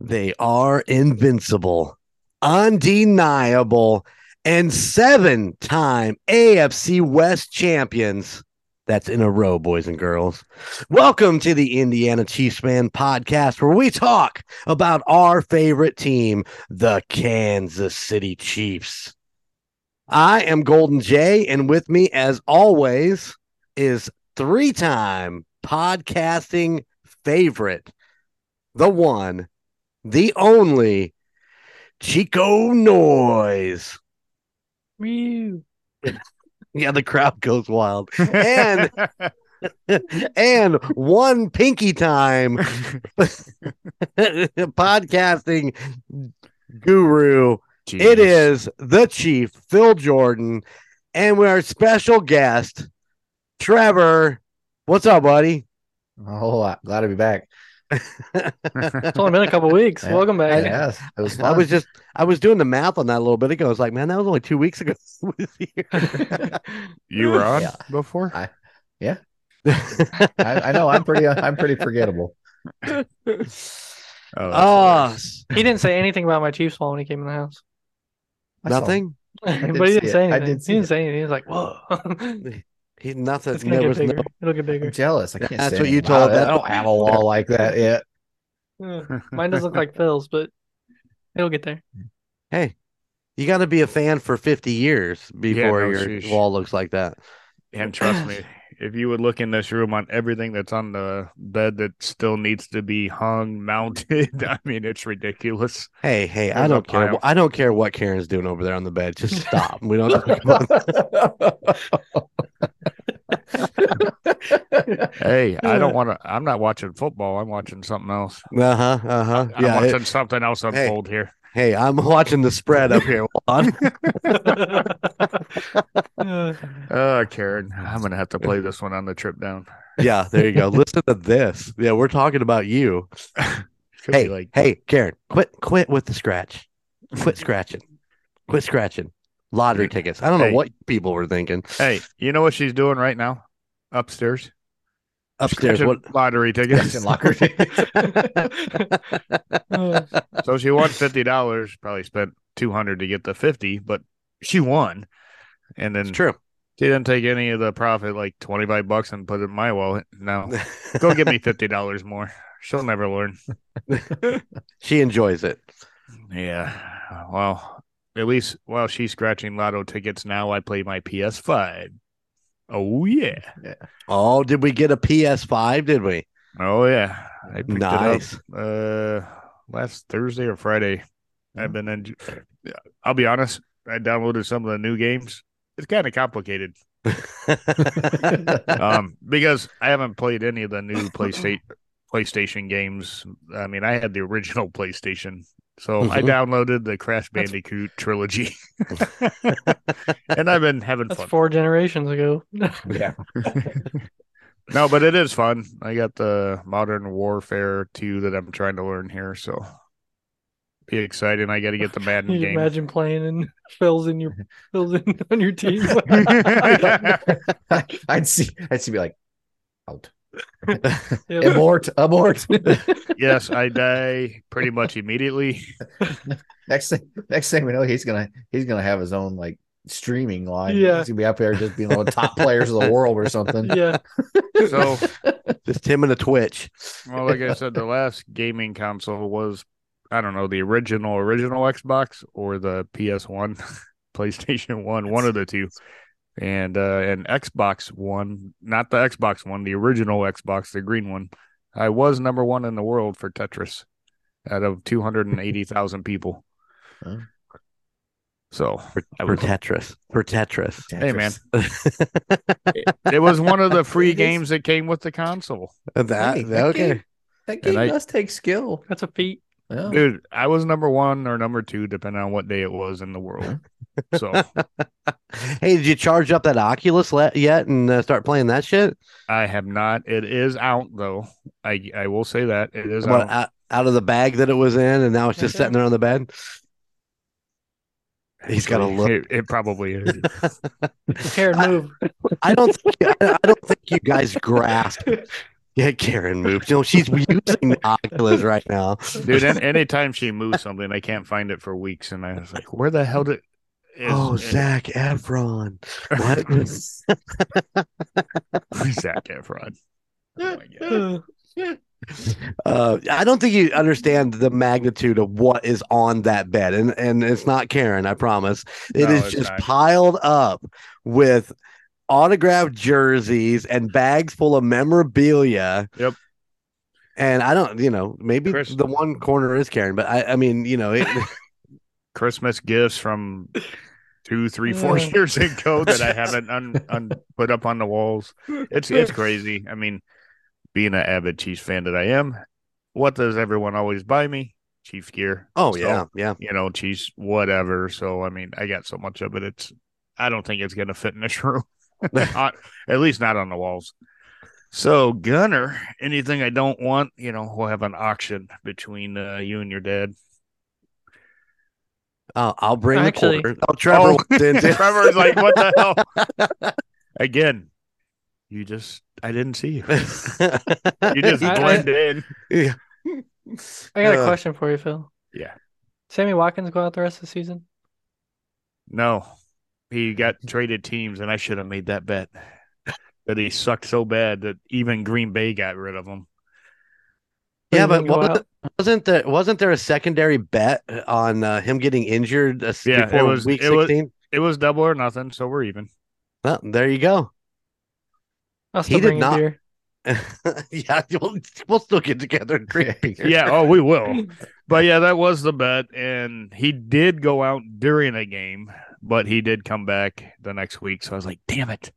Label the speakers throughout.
Speaker 1: They are invincible, undeniable, and seven time AFC West champions. That's in a row, boys and girls. Welcome to the Indiana Chiefs Fan podcast, where we talk about our favorite team, the Kansas City Chiefs. I am Golden Jay, and with me, as always, is three time podcasting favorite, the one, the only Chico Noise.
Speaker 2: Mew.
Speaker 1: Yeah, the crowd goes wild. And and one pinky time podcasting guru. It is the chief, Phil Jordan, and our special guest, Trevor. What's up, buddy?
Speaker 3: A whole lot. Oh, Glad to be back.
Speaker 2: It's only been a couple weeks.
Speaker 3: Yeah.
Speaker 2: Welcome back.
Speaker 3: Yes, it was
Speaker 1: I
Speaker 3: fun.
Speaker 1: was just I was doing the math on that a little bit ago. I was like, man, that was only two weeks ago. he was here.
Speaker 4: You were on
Speaker 3: Yeah.
Speaker 4: before?
Speaker 3: I- I, I know I'm pretty. I'm pretty forgettable.
Speaker 4: Oh, that's
Speaker 1: Oh,
Speaker 2: He didn't say anything about my Chiefs fall when he came in the house.
Speaker 3: I saw
Speaker 1: nothing.
Speaker 2: but he
Speaker 3: did
Speaker 2: didn't
Speaker 3: see
Speaker 2: say
Speaker 3: it. I
Speaker 2: anything.
Speaker 3: did
Speaker 2: he
Speaker 3: see
Speaker 2: didn't
Speaker 3: it.
Speaker 2: say anything. He was like, whoa.
Speaker 1: He nothing.
Speaker 2: it's going
Speaker 1: there
Speaker 2: to get
Speaker 1: was no-
Speaker 2: bigger. It'll get
Speaker 3: I'm
Speaker 2: bigger.
Speaker 3: jealous. I can't.
Speaker 1: That's
Speaker 3: say
Speaker 1: what you
Speaker 3: anything about
Speaker 1: told-
Speaker 3: it.
Speaker 1: that-
Speaker 3: I don't have a wall like that yet.
Speaker 2: Yeah.
Speaker 4: awesome.
Speaker 2: Mine doesn't look like Phil's, but it'll get there.
Speaker 1: hey, you got to be a fan for 50 years before
Speaker 4: no,
Speaker 1: your
Speaker 4: sheesh.
Speaker 1: wall looks like that.
Speaker 4: and trust me, if you would look in this room on everything that's on the bed that still needs to be hung, mounted, I mean, it's ridiculous.
Speaker 1: Hey, hey, I
Speaker 4: There's a
Speaker 1: don't care.
Speaker 4: pile.
Speaker 1: I don't care what Karen's doing over there on the bed. Just stop. We don't. talk about
Speaker 4: Hey, I don't want to. I'm not watching football. I'm watching something else.
Speaker 1: Uh huh. Uh huh.
Speaker 4: I'm
Speaker 1: Yeah. it-
Speaker 4: watching something else unfold here.
Speaker 1: hey, I'm watching the spread up here. Juan.
Speaker 2: Uh,
Speaker 4: Uh, Karen, I'm gonna have to play this one on the trip down.
Speaker 1: yeah. There you go. Listen to this. Yeah, we're talking about you.
Speaker 4: Could be
Speaker 1: Hey,
Speaker 4: like
Speaker 1: hey, Karen, quit, quit with the scratch. Quit scratching. Quit scratching. Lottery tickets. I don't know
Speaker 4: Hey.
Speaker 1: what people were thinking
Speaker 4: hey, you know what she's doing right now? Upstairs,
Speaker 1: upstairs.
Speaker 4: Scratching
Speaker 1: What?
Speaker 4: lottery tickets?
Speaker 3: Locker.
Speaker 2: uh,
Speaker 4: So she won fifty dollars. Probably spent two hundred to get the fifty, but she won. And then
Speaker 1: It's true.
Speaker 4: she didn't take any of the profit, like twenty five bucks, and put it in my wallet. No, go get me fifty dollars more. She'll never learn.
Speaker 1: she enjoys it.
Speaker 4: Yeah. Well, at least while she's scratching lotto tickets now, I play my PS five. Oh yeah.
Speaker 1: Oh, did we get a PS5? Did we?
Speaker 4: Oh yeah. I picked
Speaker 1: Nice.
Speaker 4: it up uh, last Thursday or Friday.
Speaker 2: Mm-hmm.
Speaker 4: I've been in. I'll be honest. I downloaded some of the new games. It's kind of complicated. um, because I haven't played any of the new PlayStation PlayStation games. I mean, I had the original PlayStation, so I
Speaker 1: Mhm.
Speaker 4: downloaded the Crash
Speaker 2: Mm-hmm. That's-
Speaker 4: Bandicoot trilogy, and I've been having
Speaker 2: that's
Speaker 4: fun.
Speaker 2: four generations ago.
Speaker 3: yeah.
Speaker 4: No, but it is fun. I got the Modern Warfare two that I'm trying to learn here, so be excited. I got to get the
Speaker 2: Can
Speaker 4: Madden
Speaker 2: you
Speaker 4: game.
Speaker 2: imagine playing and Phil's in your Phil's in on your team?
Speaker 3: I'd see. I'd see. Be like, out.
Speaker 2: Yeah.
Speaker 3: Abort. Abort.
Speaker 4: yes, I die pretty much immediately.
Speaker 3: next thing. Next thing we know, he's gonna. He's gonna have his own like streaming line.
Speaker 2: Yeah.
Speaker 3: He's gonna be up there just being one of the top players of the world or something.
Speaker 2: yeah.
Speaker 4: So.
Speaker 1: Just him and a Twitch.
Speaker 4: Well, like I said, the last gaming console was, I don't know, the original original Xbox or the PS1, PlayStation One, one of the two, and uh, an Xbox One, not the Xbox One, the original Xbox, the green one. I was number one in the world for Tetris, out of two hundred and eighty thousand people.
Speaker 3: Huh.
Speaker 4: So
Speaker 1: For,
Speaker 4: I
Speaker 1: for
Speaker 4: was-
Speaker 1: Tetris. For Tetris.
Speaker 4: Hey, man.
Speaker 3: Tetris.
Speaker 4: it was one of the free
Speaker 3: It is-
Speaker 4: games that came with the console.
Speaker 1: that,
Speaker 3: Hey,
Speaker 1: that-
Speaker 3: that
Speaker 1: okay.
Speaker 3: game- That
Speaker 4: And
Speaker 3: game
Speaker 4: I-
Speaker 3: does take skill.
Speaker 2: That's a feat.
Speaker 1: Oh.
Speaker 3: Yeah.
Speaker 4: Dude, I was number one or number two, depending on what day it was in the world. So
Speaker 1: Hey, did you charge up that Oculus le- yet and uh, start playing that shit?
Speaker 4: I have not. It is out though. I I will say that it is
Speaker 1: What,
Speaker 4: out.
Speaker 1: out, out of the bag that it was in, and now it's just
Speaker 2: Okay.
Speaker 1: sitting there on the bed. He's got a look.
Speaker 4: It, it probably is.
Speaker 2: Karen, move.
Speaker 1: I don't. Think, I don't think you guys grasp Yeah, Karen moved. You know, she's using the Oculus right now.
Speaker 4: dude. an- anytime she moves something, I can't find it for weeks, and I was like, "Where the hell did?" is-
Speaker 1: Oh,
Speaker 4: is-
Speaker 1: Zach Efron. What?
Speaker 4: Zac Efron. Oh my God.
Speaker 2: Uh,
Speaker 1: Uh, I don't think you understand the magnitude of what is on that bed, and and it's not Karen, I promise. It
Speaker 4: No,
Speaker 1: is
Speaker 4: it's
Speaker 1: just
Speaker 4: not.
Speaker 1: piled up with autographed jerseys and bags full of memorabilia.
Speaker 4: Yep.
Speaker 1: And I don't, you know, maybe
Speaker 4: Chris-
Speaker 1: the one corner is Karen, but I, I mean, you know, it,
Speaker 4: Christmas gifts from two, three, four
Speaker 2: Yeah.
Speaker 4: years ago that I haven't un, un, put up on the walls. It's it's crazy. I mean, being an avid Chiefs fan that I am, what does everyone always buy me? Chiefs gear.
Speaker 1: oh
Speaker 4: So,
Speaker 1: yeah, yeah.
Speaker 4: you know, Chiefs whatever. So I mean, I got so much of it. It's I don't think it's gonna fit in this room, Not- at least not on the walls. So Gunner, anything I don't want, you know, we'll have an auction between uh, you and your dad.
Speaker 1: I'll, I'll bring
Speaker 2: Actually-
Speaker 1: the quarter. Oh, Trevor,
Speaker 4: Oh.
Speaker 1: wants in, too.
Speaker 4: Trevor's like, what the hell? Again, you just I didn't see you. You just
Speaker 2: I- I-
Speaker 4: blend in.
Speaker 2: I got a
Speaker 1: Uh,
Speaker 2: question for you, Phil.
Speaker 4: Yeah.
Speaker 2: Sammy Watkins go out the rest of the season?
Speaker 4: No. He got traded teams and I should have made that bet. That he sucked so bad that even Green Bay got rid of him.
Speaker 2: Or
Speaker 1: Yeah,
Speaker 2: you
Speaker 1: but
Speaker 2: think go
Speaker 1: wasn't-
Speaker 2: out-
Speaker 1: Wasn't there wasn't there a secondary bet on uh, him getting injured uh,
Speaker 4: Yeah, it
Speaker 1: before
Speaker 4: was-
Speaker 1: week
Speaker 4: it was-
Speaker 1: sixteen?
Speaker 4: It was double or nothing, so we're even.
Speaker 1: Well, there you go.
Speaker 2: I'll still
Speaker 1: he did
Speaker 2: bring
Speaker 1: not-
Speaker 2: a beer.
Speaker 1: yeah, we'll, we'll still get together and drink. beer.
Speaker 4: Yeah, oh we will. But yeah, that was the bet. And he did go out during a game, but he did come back the next week. So I was like, damn it.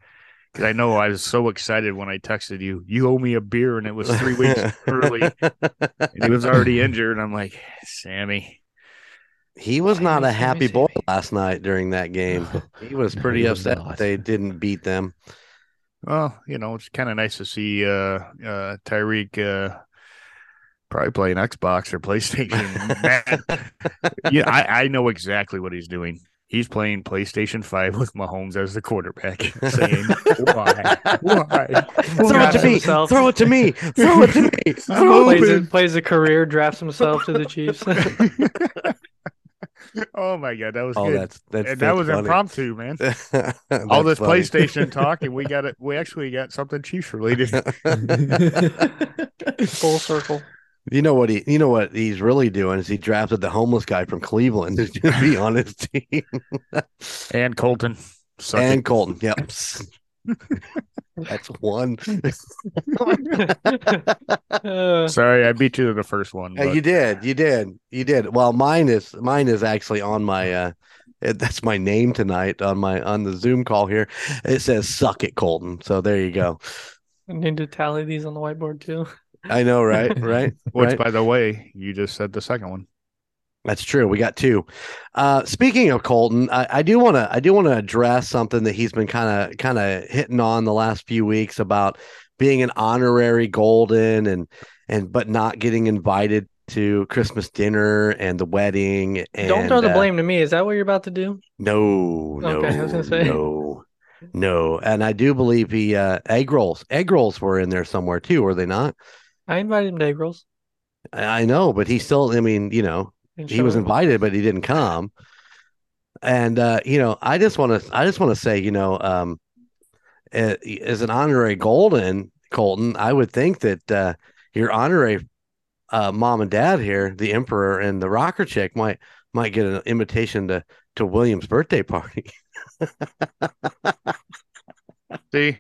Speaker 4: Because I know I was so excited when I texted you, you owe me a beer, and it was three weeks early. And he was already injured. And I'm like, Sammy.
Speaker 1: he was
Speaker 2: Why
Speaker 1: not
Speaker 2: did
Speaker 1: a
Speaker 2: I
Speaker 1: happy
Speaker 2: miss
Speaker 1: boy
Speaker 2: him?
Speaker 1: last night during that game. He was
Speaker 3: No,
Speaker 1: pretty
Speaker 3: he was
Speaker 1: upset
Speaker 3: not.
Speaker 1: they didn't beat them.
Speaker 4: Well, you know, it's kind of nice to see uh, uh, Tyreek uh, probably playing Xbox or PlayStation. Man, yeah, I, I know exactly what he's doing. He's playing PlayStation 5 with Mahomes as the quarterback, saying, Why? Why?
Speaker 1: Throw it
Speaker 2: drafts
Speaker 1: to me!
Speaker 2: himself.
Speaker 1: Throw it to me! Throw it to me! Throw it
Speaker 2: plays,
Speaker 1: to
Speaker 2: a,
Speaker 1: me!
Speaker 2: plays a career, drafts himself to the Chiefs.
Speaker 4: oh my God, that was
Speaker 1: Oh,
Speaker 4: good.
Speaker 1: that's that's,
Speaker 4: and that
Speaker 1: that's
Speaker 4: was
Speaker 1: funny.
Speaker 4: impromptu, man.
Speaker 1: That's
Speaker 4: All this
Speaker 1: funny.
Speaker 4: PlayStation talk, and we got it. We actually got something Chiefs related.
Speaker 2: Full circle.
Speaker 1: You know what he? You know what he's really doing is he drafted the homeless guy from Cleveland to be on his team
Speaker 4: And Colton. Suck
Speaker 1: and Colton. Yep, that's one.
Speaker 2: Oh Uh,
Speaker 4: it. Sorry, I beat you to the first one.
Speaker 1: Hey,
Speaker 4: but-
Speaker 1: you did, you did, you did. Well, mine is mine is actually on my. uh it- That's my name tonight on my on the Zoom call here. It says "suck it, Colton." So there you go.
Speaker 2: I need to tally these on the whiteboard too.
Speaker 1: I know, right? Right?
Speaker 4: Which,
Speaker 1: right?
Speaker 4: by the way, you just said the second one.
Speaker 1: That's true. We got two. Uh, speaking of Colton, I, I do want to I do want to address something that he's been kind of kind of hitting on the last few weeks about being an honorary golden and and but not getting invited to Christmas dinner and the wedding. And,
Speaker 2: Don't throw the
Speaker 1: uh,
Speaker 2: blame to me. Is that what you're about to do?
Speaker 1: No, no,
Speaker 2: Okay, I was gonna say.
Speaker 1: no, no. And I do believe he uh, egg rolls. Egg rolls were in there somewhere too, were they not?
Speaker 2: I invited him to egg rolls.
Speaker 1: I I know, but he still. I mean, you know,
Speaker 2: Didn't
Speaker 1: he
Speaker 2: show
Speaker 1: was
Speaker 2: up.
Speaker 1: invited but he didn't come and uh you know i just want to i just want to say you know um a- as an honorary golden colton i would think that uh your honorary uh mom and dad here the emperor and the rocker chick might might get an invitation to to william's birthday party
Speaker 4: See,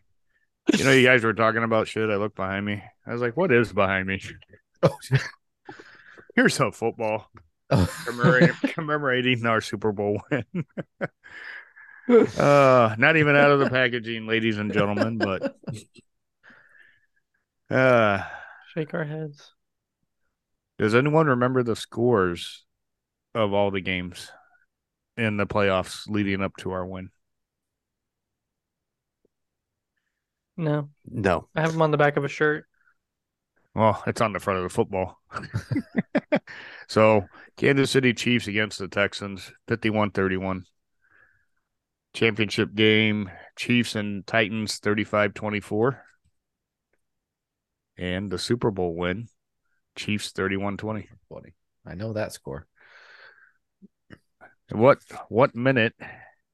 Speaker 4: you know, you guys were talking about shit. I looked behind me. I was like, "What is behind me?" Here's a football
Speaker 3: Oh.
Speaker 4: commemorating, commemorating our Super Bowl win. uh, not even out of the packaging, ladies and gentlemen. But uh,
Speaker 2: Shake our heads.
Speaker 4: does anyone remember the scores of all the games in the playoffs leading up to our win?
Speaker 2: No,
Speaker 1: no
Speaker 2: I have him on the back of a shirt.
Speaker 4: Well, Oh, it's on the front of the football. so Kansas City Chiefs against the Texans, 51 31. Championship game, Chiefs and Titans, 35 24. and the Super Bowl win, Chiefs 31-20.
Speaker 3: Funny. I know that score.
Speaker 4: What what minute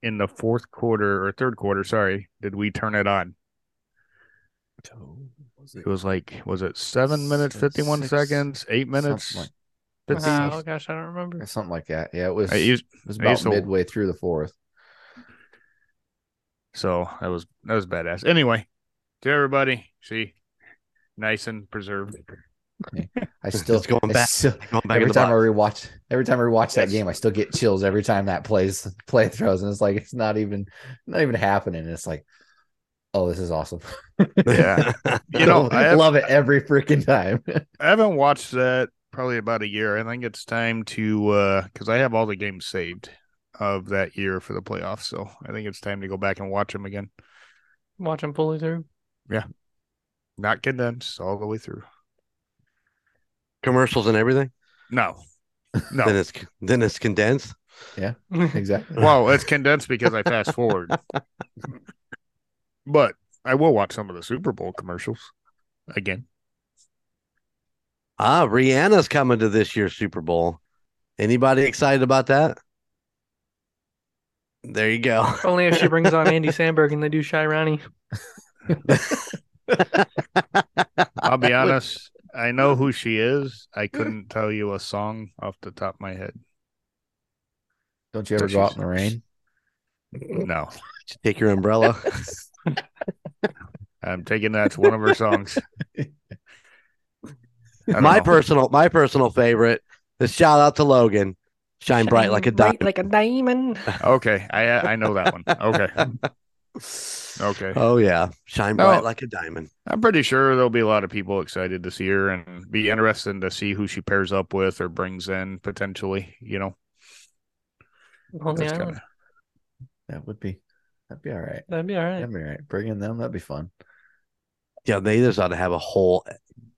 Speaker 4: in the fourth quarter or third quarter, sorry, did we turn it on? It was like was it 7 minutes
Speaker 3: Six-
Speaker 4: 51
Speaker 3: six-
Speaker 4: seconds, 8 minutes?
Speaker 3: Something like,
Speaker 4: 50?
Speaker 3: Wow.
Speaker 2: Oh gosh, I don't remember.
Speaker 3: something like that. Yeah, it was,
Speaker 4: I
Speaker 3: it
Speaker 4: used-
Speaker 3: was
Speaker 4: I
Speaker 3: about
Speaker 4: used to-
Speaker 3: midway through the fourth.
Speaker 4: so that was that was badass. Anyway, to everybody, see nice and preserved.
Speaker 3: I still
Speaker 1: It's going
Speaker 3: I
Speaker 1: back-
Speaker 3: still-
Speaker 1: Going back
Speaker 3: every
Speaker 1: in the
Speaker 3: time I
Speaker 1: box.
Speaker 3: rewatch, every time I
Speaker 4: Yes.
Speaker 3: rewatch that game, I still get chills every time that plays play throws, and it's like it's not even not even happening. It's like, oh, this is awesome.
Speaker 4: Yeah. You know, I have-
Speaker 3: love it every freaking time.
Speaker 4: I haven't watched that probably about a year. I think it's time to uh 'cause because I have all the games saved of that year for the playoffs. So I think it's time to go back and watch them again.
Speaker 2: Watch him fully through.
Speaker 4: Not condensed all the way through.
Speaker 1: commercials and everything.
Speaker 4: No,
Speaker 1: Then
Speaker 4: no.
Speaker 1: it's then it's condensed.
Speaker 3: exactly.
Speaker 4: well, it's condensed because I fast forward. but I will watch some of the Super Bowl commercials again.
Speaker 1: Ah, Rihanna's coming to this year's Super Bowl. Anybody excited about that? There you go.
Speaker 2: Only if she brings on Andy Sandberg and they do Shy Ronnie.
Speaker 4: I'll be honest. I know who she is. I couldn't tell you a song off the top of my head.
Speaker 3: Don't you ever go out in the rain?
Speaker 4: No,
Speaker 1: Take your umbrella.
Speaker 4: I'm taking that's one of her songs. I don't
Speaker 1: my
Speaker 4: know.
Speaker 1: personal my personal favorite. The shout out to Logan. Shine, bright like a diamond.
Speaker 2: bright like a diamond.
Speaker 4: Okay, I I know that one. Okay, okay.
Speaker 1: Oh yeah. Shine
Speaker 4: No.
Speaker 1: bright like a diamond.
Speaker 4: I'm pretty sure there'll be a lot of people excited to see her and be interested to see who she pairs up with or brings in potentially. You know,
Speaker 2: Only
Speaker 4: That's
Speaker 2: I
Speaker 4: kinda-
Speaker 2: would.
Speaker 3: That would be that'd be all right.
Speaker 2: That'd be all right.
Speaker 3: That'd be all right. Bringing them, that'd be fun.
Speaker 1: Yeah, they just ought to have a whole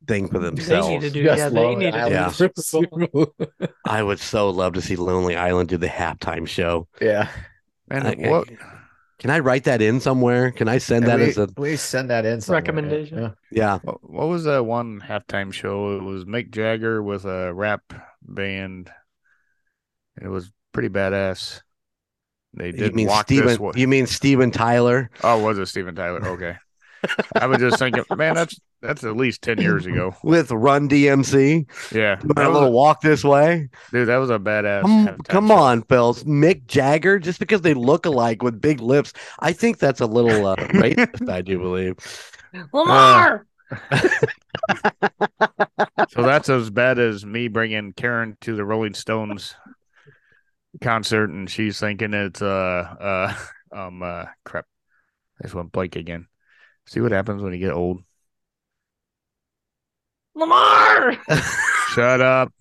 Speaker 1: thing for
Speaker 2: They need
Speaker 1: themselves.
Speaker 2: to do. Yeah, they need to do.
Speaker 1: Yeah.
Speaker 2: the Super Bowl.
Speaker 1: I would so love to see Lonely Island do the halftime show.
Speaker 3: yeah.
Speaker 4: and
Speaker 1: Okay.
Speaker 4: what
Speaker 1: Can I write that in somewhere? Can I send that
Speaker 3: we,
Speaker 1: as a
Speaker 3: we send that in somewhere.
Speaker 2: Recommendation.
Speaker 3: Yeah.
Speaker 1: yeah?
Speaker 4: what what was that one halftime show? It was Mick Jagger with a rap band. It was pretty badass. They
Speaker 1: You
Speaker 4: did
Speaker 1: mean
Speaker 4: walk this
Speaker 1: Steven
Speaker 4: way.
Speaker 1: you mean Steven Tyler?
Speaker 4: Oh, was it Steven Tyler? Okay. I was just thinking, man, that's that's at least ten years ago.
Speaker 1: with Run DMC.
Speaker 4: Yeah,
Speaker 1: Doing
Speaker 4: that
Speaker 1: a
Speaker 4: was
Speaker 1: little walk this way.
Speaker 4: a- dude, that was a badass.
Speaker 1: Come,
Speaker 4: halftime
Speaker 1: come
Speaker 4: show.
Speaker 1: on, Phelps. Mick Jagger, just because they look alike with big lips, I think that's a little uh, racist. I do believe.
Speaker 2: Lamar.
Speaker 4: So that's as bad as me bringing Karen to the Rolling Stones concert, and she's thinking it's uh uh um uh crap. I just went blank again. See what happens when you get old.
Speaker 2: Lamar.
Speaker 4: Shut up.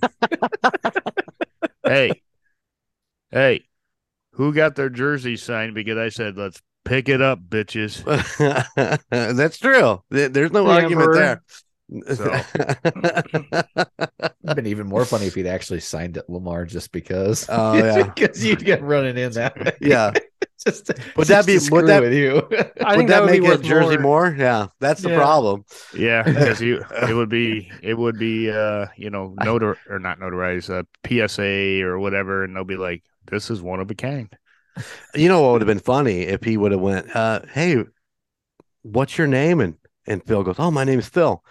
Speaker 4: hey, hey, who got their jersey signed? Because I said let's pick it up, bitches.
Speaker 1: that's true. There- There's no
Speaker 2: The
Speaker 1: argument
Speaker 2: Emperor.
Speaker 1: there.
Speaker 3: It'd been even more funny if he'd actually signed it Lamar just because.
Speaker 1: Oh, yeah.
Speaker 3: because you'd get running in that way.
Speaker 1: yeah.
Speaker 3: just
Speaker 1: Would
Speaker 3: would
Speaker 1: that
Speaker 3: that
Speaker 1: be-
Speaker 3: be
Speaker 1: would that-
Speaker 3: with you?
Speaker 2: I
Speaker 1: would
Speaker 2: think
Speaker 1: that,
Speaker 2: would
Speaker 1: make
Speaker 2: be
Speaker 1: it
Speaker 2: worth
Speaker 1: Jersey more? Yeah, that's the
Speaker 2: Yeah.
Speaker 1: problem.
Speaker 4: Yeah, because you it would be it would be uh you know notar or not notarized uh, PSA or whatever, and they'll be like, "This is one of a kind."
Speaker 1: You know what would have been funny if he would have went, uh, "Hey, what's your name?" and and Phil goes, "Oh, my name's Phil,"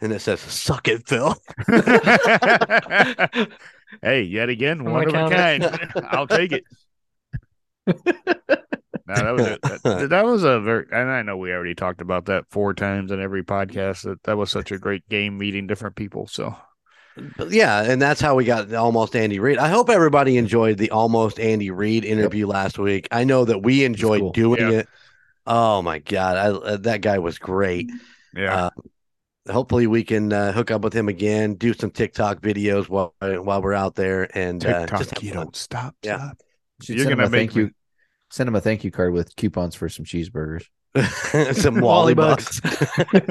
Speaker 1: and it says, "Suck it, Phil."
Speaker 4: hey, yet again,
Speaker 2: gonna
Speaker 4: one of a
Speaker 2: count
Speaker 4: kind.
Speaker 1: it.
Speaker 4: I'll take it. no, that was a, that, that was a very, and I know we already talked about that four times in every podcast. That that was such a great game meeting different people. So
Speaker 1: But yeah, and that's how we got the almost Andy Reid. I hope everybody enjoyed the almost Andy Reid interview last week. I know that we enjoyed
Speaker 3: cool.
Speaker 1: doing
Speaker 4: Yeah.
Speaker 1: it. Oh my god, I, uh, that guy was great.
Speaker 4: yeah,
Speaker 1: Uh, Hopefully, we can uh, hook up with him again, do some TikTok videos while while we're out there, and uh,
Speaker 4: TikTok,
Speaker 1: just have
Speaker 4: you
Speaker 1: fun.
Speaker 4: don't stop.
Speaker 1: Yeah.
Speaker 4: stop.
Speaker 3: Should
Speaker 4: You're
Speaker 3: send him
Speaker 4: gonna
Speaker 3: a
Speaker 4: make
Speaker 3: thank
Speaker 4: me-
Speaker 3: you. Send him a thank you card with coupons for some cheeseburgers.
Speaker 1: some Wally
Speaker 2: Wally
Speaker 1: bucks.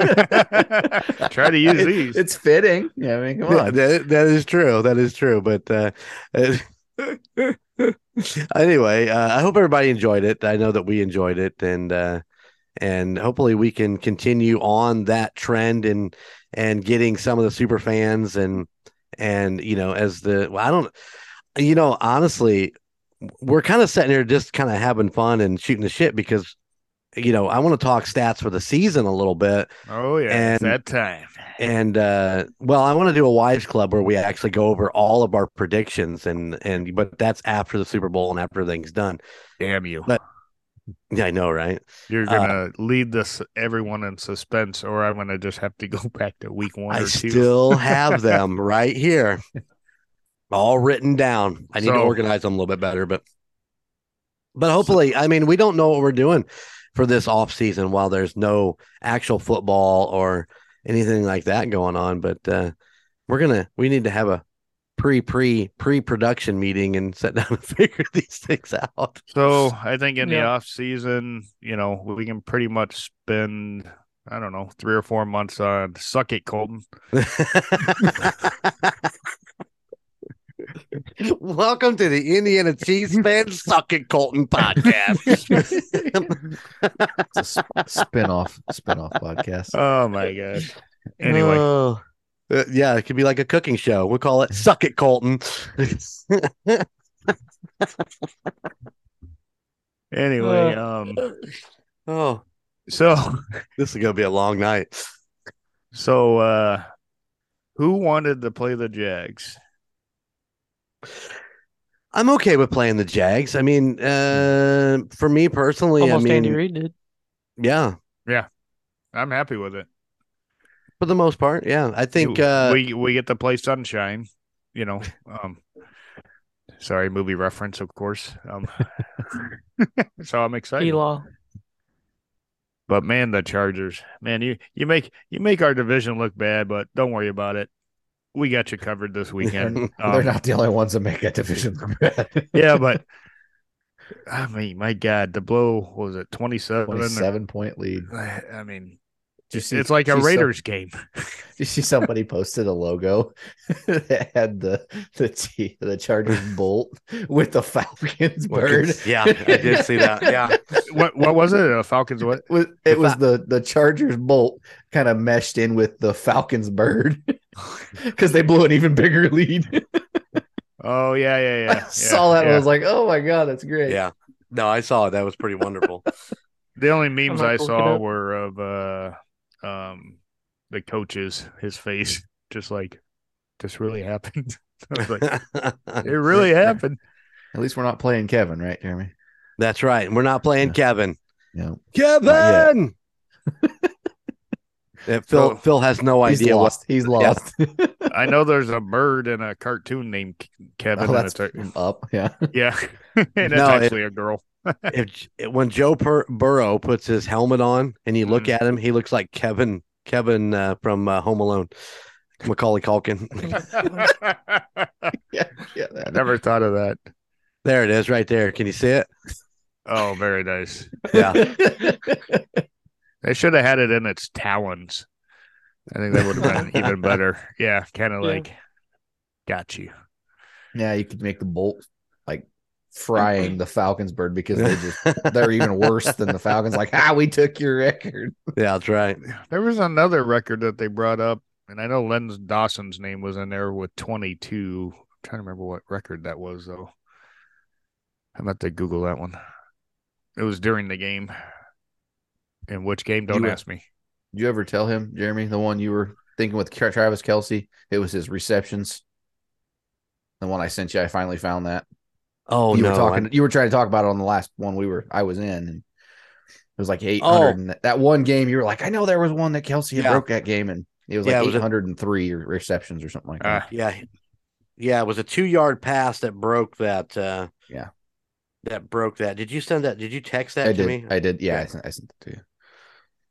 Speaker 4: Try to use these.
Speaker 3: It's fitting. Yeah, I mean, come
Speaker 1: Yeah,
Speaker 3: on.
Speaker 1: that, that is true. That is true. But uh, anyway, uh, I hope everybody enjoyed it. I know that we enjoyed it, and uh, and hopefully we can continue on that trend and and getting some of the super fans and and you know as the well, I don't you know honestly we're kind of sitting here just kind of having fun and shooting the shit because you know I want to talk stats for the season a little bit
Speaker 4: Oh yeah, it's
Speaker 1: And-
Speaker 4: that time.
Speaker 1: and uh well i want to do a wives club where we actually go over all of our predictions and and but that's after the super bowl and after everything's done
Speaker 4: Damn you!
Speaker 1: But- yeah i know right
Speaker 4: You're
Speaker 1: uh,
Speaker 4: gonna leave this everyone in suspense, or I'm gonna just have to go back to week one
Speaker 1: i
Speaker 4: or two.
Speaker 1: still have them right here all written down i need to
Speaker 4: So-
Speaker 1: organize them a little bit better but but hopefully i mean we don't know what we're doing for this off season while there's no actual football or anything like that going on but uh we're gonna we need to have a pre pre pre production meeting and sit down and figure these things out
Speaker 4: So I think in the
Speaker 2: Yeah.
Speaker 4: off season, you know, we can pretty much spend I don't know three or four months on suck it, Colton.
Speaker 1: Welcome to the Indiana Cheese Fan Sucking Colton podcast.
Speaker 3: It's a sp- spin-off, spin-off podcast.
Speaker 4: Oh my gosh! Anyway,
Speaker 1: Oh. Uh, yeah, it could be like a cooking show. We'll call it Suck It Colton.
Speaker 4: anyway, um,
Speaker 1: oh,
Speaker 4: so
Speaker 1: this is going to be a long night.
Speaker 4: so uh, who wanted to play the Jags?
Speaker 1: I'm okay with playing the Jags. I mean, uh, for me personally,
Speaker 2: Almost
Speaker 1: I mean,
Speaker 2: Andy Reid did.
Speaker 1: yeah,
Speaker 4: I'm happy with it.
Speaker 1: for the most part, yeah. I think
Speaker 4: You-
Speaker 1: uh,
Speaker 4: we we get to play Sunshine. You know, um, sorry, movie reference, of course. Um, so I'm excited.
Speaker 2: Elaw.
Speaker 4: But man, the Chargers, man, you you make you make our division look bad, but don't worry about it. We got you covered this weekend.
Speaker 3: They're
Speaker 4: Um,
Speaker 3: not the only ones that make that division look bad.
Speaker 4: yeah, but I mean, my God, the blow what was it twenty seven.
Speaker 3: twenty-seven point lead.
Speaker 4: I mean,
Speaker 3: Did you see-
Speaker 4: it's like a
Speaker 3: did you see some-
Speaker 4: Raiders game.
Speaker 3: Did you see somebody posted a logo that had the the T, the Chargers bolt with the Falcons bird?
Speaker 1: Yeah, I did see that. Yeah.
Speaker 4: What what was it? Uh, Falcons? What?
Speaker 3: It was, it was the the Chargers bolt kind of meshed in with the Falcons bird because they blew an even bigger lead.
Speaker 4: Oh yeah, yeah, yeah.
Speaker 3: I
Speaker 4: yeah,
Speaker 3: saw that and I
Speaker 4: yeah.
Speaker 3: was like, oh my god, that's great.
Speaker 1: Yeah. No, I saw it. That was pretty wonderful.
Speaker 4: The only memes
Speaker 2: not
Speaker 4: I
Speaker 2: gonna look it
Speaker 4: saw
Speaker 2: up.
Speaker 4: were of uh um the coaches, his face, just like this really happened. I was like, it really happened.
Speaker 3: At least we're not playing Kevin, right, Jeremy?
Speaker 1: That's right. We're not playing
Speaker 3: Yeah.
Speaker 1: Kevin.
Speaker 3: Yeah. Not
Speaker 1: Kevin. Yeah, Phil
Speaker 4: So-
Speaker 1: Phil has no
Speaker 3: He's
Speaker 1: idea what
Speaker 3: lost. He's lost.
Speaker 4: I know there's a bird in a cartoon named K- Kevin.
Speaker 3: Oh,
Speaker 4: and it's
Speaker 3: that's
Speaker 4: a,
Speaker 3: from up. Yeah.
Speaker 4: yeah, and it's
Speaker 1: No, it-
Speaker 4: actually a girl.
Speaker 1: if when Joe Pur- Burrow puts his helmet on and you look
Speaker 4: Mhm.
Speaker 3: Mm-hmm.
Speaker 1: at him, he looks like Kevin Kevin uh, from uh, Home Alone. Macaulay Culkin.
Speaker 4: I
Speaker 3: Yeah. that-
Speaker 4: never thought of that.
Speaker 1: there it is, right there. Can you see it?
Speaker 4: Oh, very nice.
Speaker 1: Yeah.
Speaker 4: They should have had it in its talons. I think that would have been even better. Yeah, kind of
Speaker 2: Yeah.
Speaker 4: like got you.
Speaker 3: yeah, you could make the bolt like frying the Falcons bird because they just they're even worse than the Falcons. Like, ah, we took your record.
Speaker 1: yeah, that's right.
Speaker 4: There was another record that they brought up, and I know Len Dawson's name was in there with 22. I'm trying to remember what record that was, though. I'm about to Google that one. It was during the game. In which game? Don't
Speaker 3: You-
Speaker 4: ask me.
Speaker 3: Did you ever tell him, Jeremy, the one you were thinking with Tra- Travis Kelsey? It was his receptions. The one I sent you, I finally found that.
Speaker 1: Oh
Speaker 3: you
Speaker 1: no.
Speaker 3: were talking. you were trying to talk about it on the last one we were. I was in. And it was like eight hundred.
Speaker 1: Oh.
Speaker 3: And that- that one game, you were like, I know there was one that Kelsey had
Speaker 1: Yeah.
Speaker 3: broke that game, and it was like
Speaker 1: Yeah, it was a-
Speaker 3: eight hundred and three receptions or something like that.
Speaker 4: Ah.
Speaker 1: yeah. Yeah, it was a two yard pass that broke that uh
Speaker 3: Yeah.
Speaker 1: that broke that. Did you send that? Did you text that
Speaker 3: I
Speaker 1: to
Speaker 3: did.
Speaker 1: me?
Speaker 3: I did. Yeah, I sent, I sent it to you.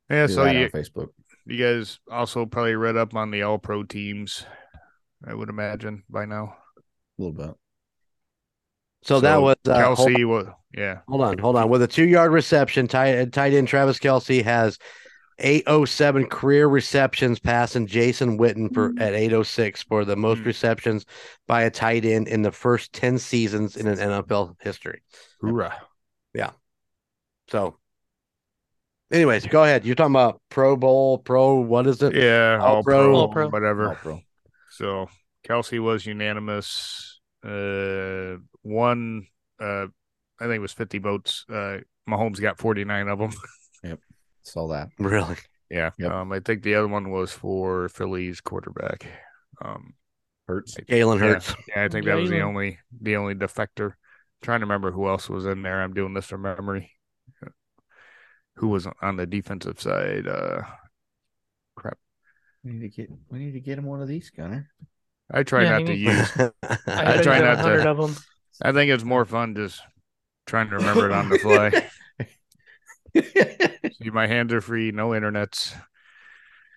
Speaker 4: Yeah,
Speaker 3: Do
Speaker 4: so
Speaker 3: that
Speaker 4: you,
Speaker 3: on Facebook.
Speaker 4: you guys also probably read up on the All Pro teams, I would imagine, by now.
Speaker 3: A little bit.
Speaker 1: so, that was uh, hold
Speaker 4: Kelsey. Was, yeah.
Speaker 1: Hold on, hold on. With a two yard reception, tight uh, tight end Travis Kelsey has 807 career receptions, passing Jason Witten for at 806 for the most
Speaker 4: Hmm.
Speaker 1: receptions by a tight end in the first 10 seasons in an NFL history.
Speaker 4: Hoorah.
Speaker 1: So Anyways, go ahead. You're talking about Pro Bowl, Pro, what is it?
Speaker 4: Yeah,
Speaker 1: All
Speaker 4: all
Speaker 1: pro.
Speaker 4: pro,
Speaker 2: All pro.
Speaker 4: whatever.
Speaker 3: Oh, bro.
Speaker 4: So Kelsey was unanimous. Uh, one, uh, I think it was 50 votes. Uh, Mahomes got 49 of them.
Speaker 3: Saw that.
Speaker 1: Really?
Speaker 4: Yeah.
Speaker 3: Yep.
Speaker 4: Um, I think the other one was for Philly's quarterback. Um,
Speaker 3: Hurts.
Speaker 1: Jalen
Speaker 4: Yeah.
Speaker 1: Hurts.
Speaker 4: yeah, I think that was the
Speaker 2: Jalen.
Speaker 4: only the only defector. trying to remember who else was in there. I'm doing this from memory. Who was on the defensive side? Uh,
Speaker 3: We need to get we need to get him one of these, Gunner.
Speaker 4: I try
Speaker 2: Yeah,
Speaker 4: not
Speaker 2: he
Speaker 4: to
Speaker 2: needs-
Speaker 4: use. I
Speaker 2: bet
Speaker 4: try
Speaker 2: you a
Speaker 4: not to-
Speaker 2: hundred of them.
Speaker 4: I think it's more fun just trying to remember it on the fly. See, my hands are free, no internets.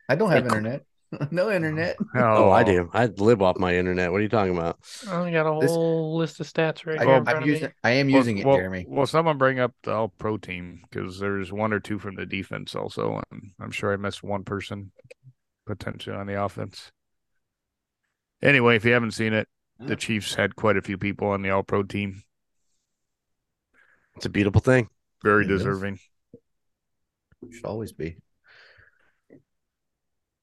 Speaker 3: I don't have
Speaker 4: Like-
Speaker 3: internet. no internet.
Speaker 1: oh, I do. I live off my internet. What are you talking about?
Speaker 2: I only got a
Speaker 3: This-
Speaker 2: whole list of stats right here
Speaker 3: I,
Speaker 2: in
Speaker 4: Well,
Speaker 3: am
Speaker 2: front of me.
Speaker 3: using, I am
Speaker 4: Well,
Speaker 3: using it,
Speaker 4: well,
Speaker 3: Jeremy.
Speaker 4: Well, someone bring up the all pro team because there's one or two from the defense also. And I'm sure I missed one person potentially on the offense. Anyway, if you haven't seen it,
Speaker 1: Hmm.
Speaker 4: the Chiefs had quite a few people on the all pro team.
Speaker 1: It's a beautiful thing.
Speaker 4: Very
Speaker 3: It is.
Speaker 4: deserving.
Speaker 3: Should always be.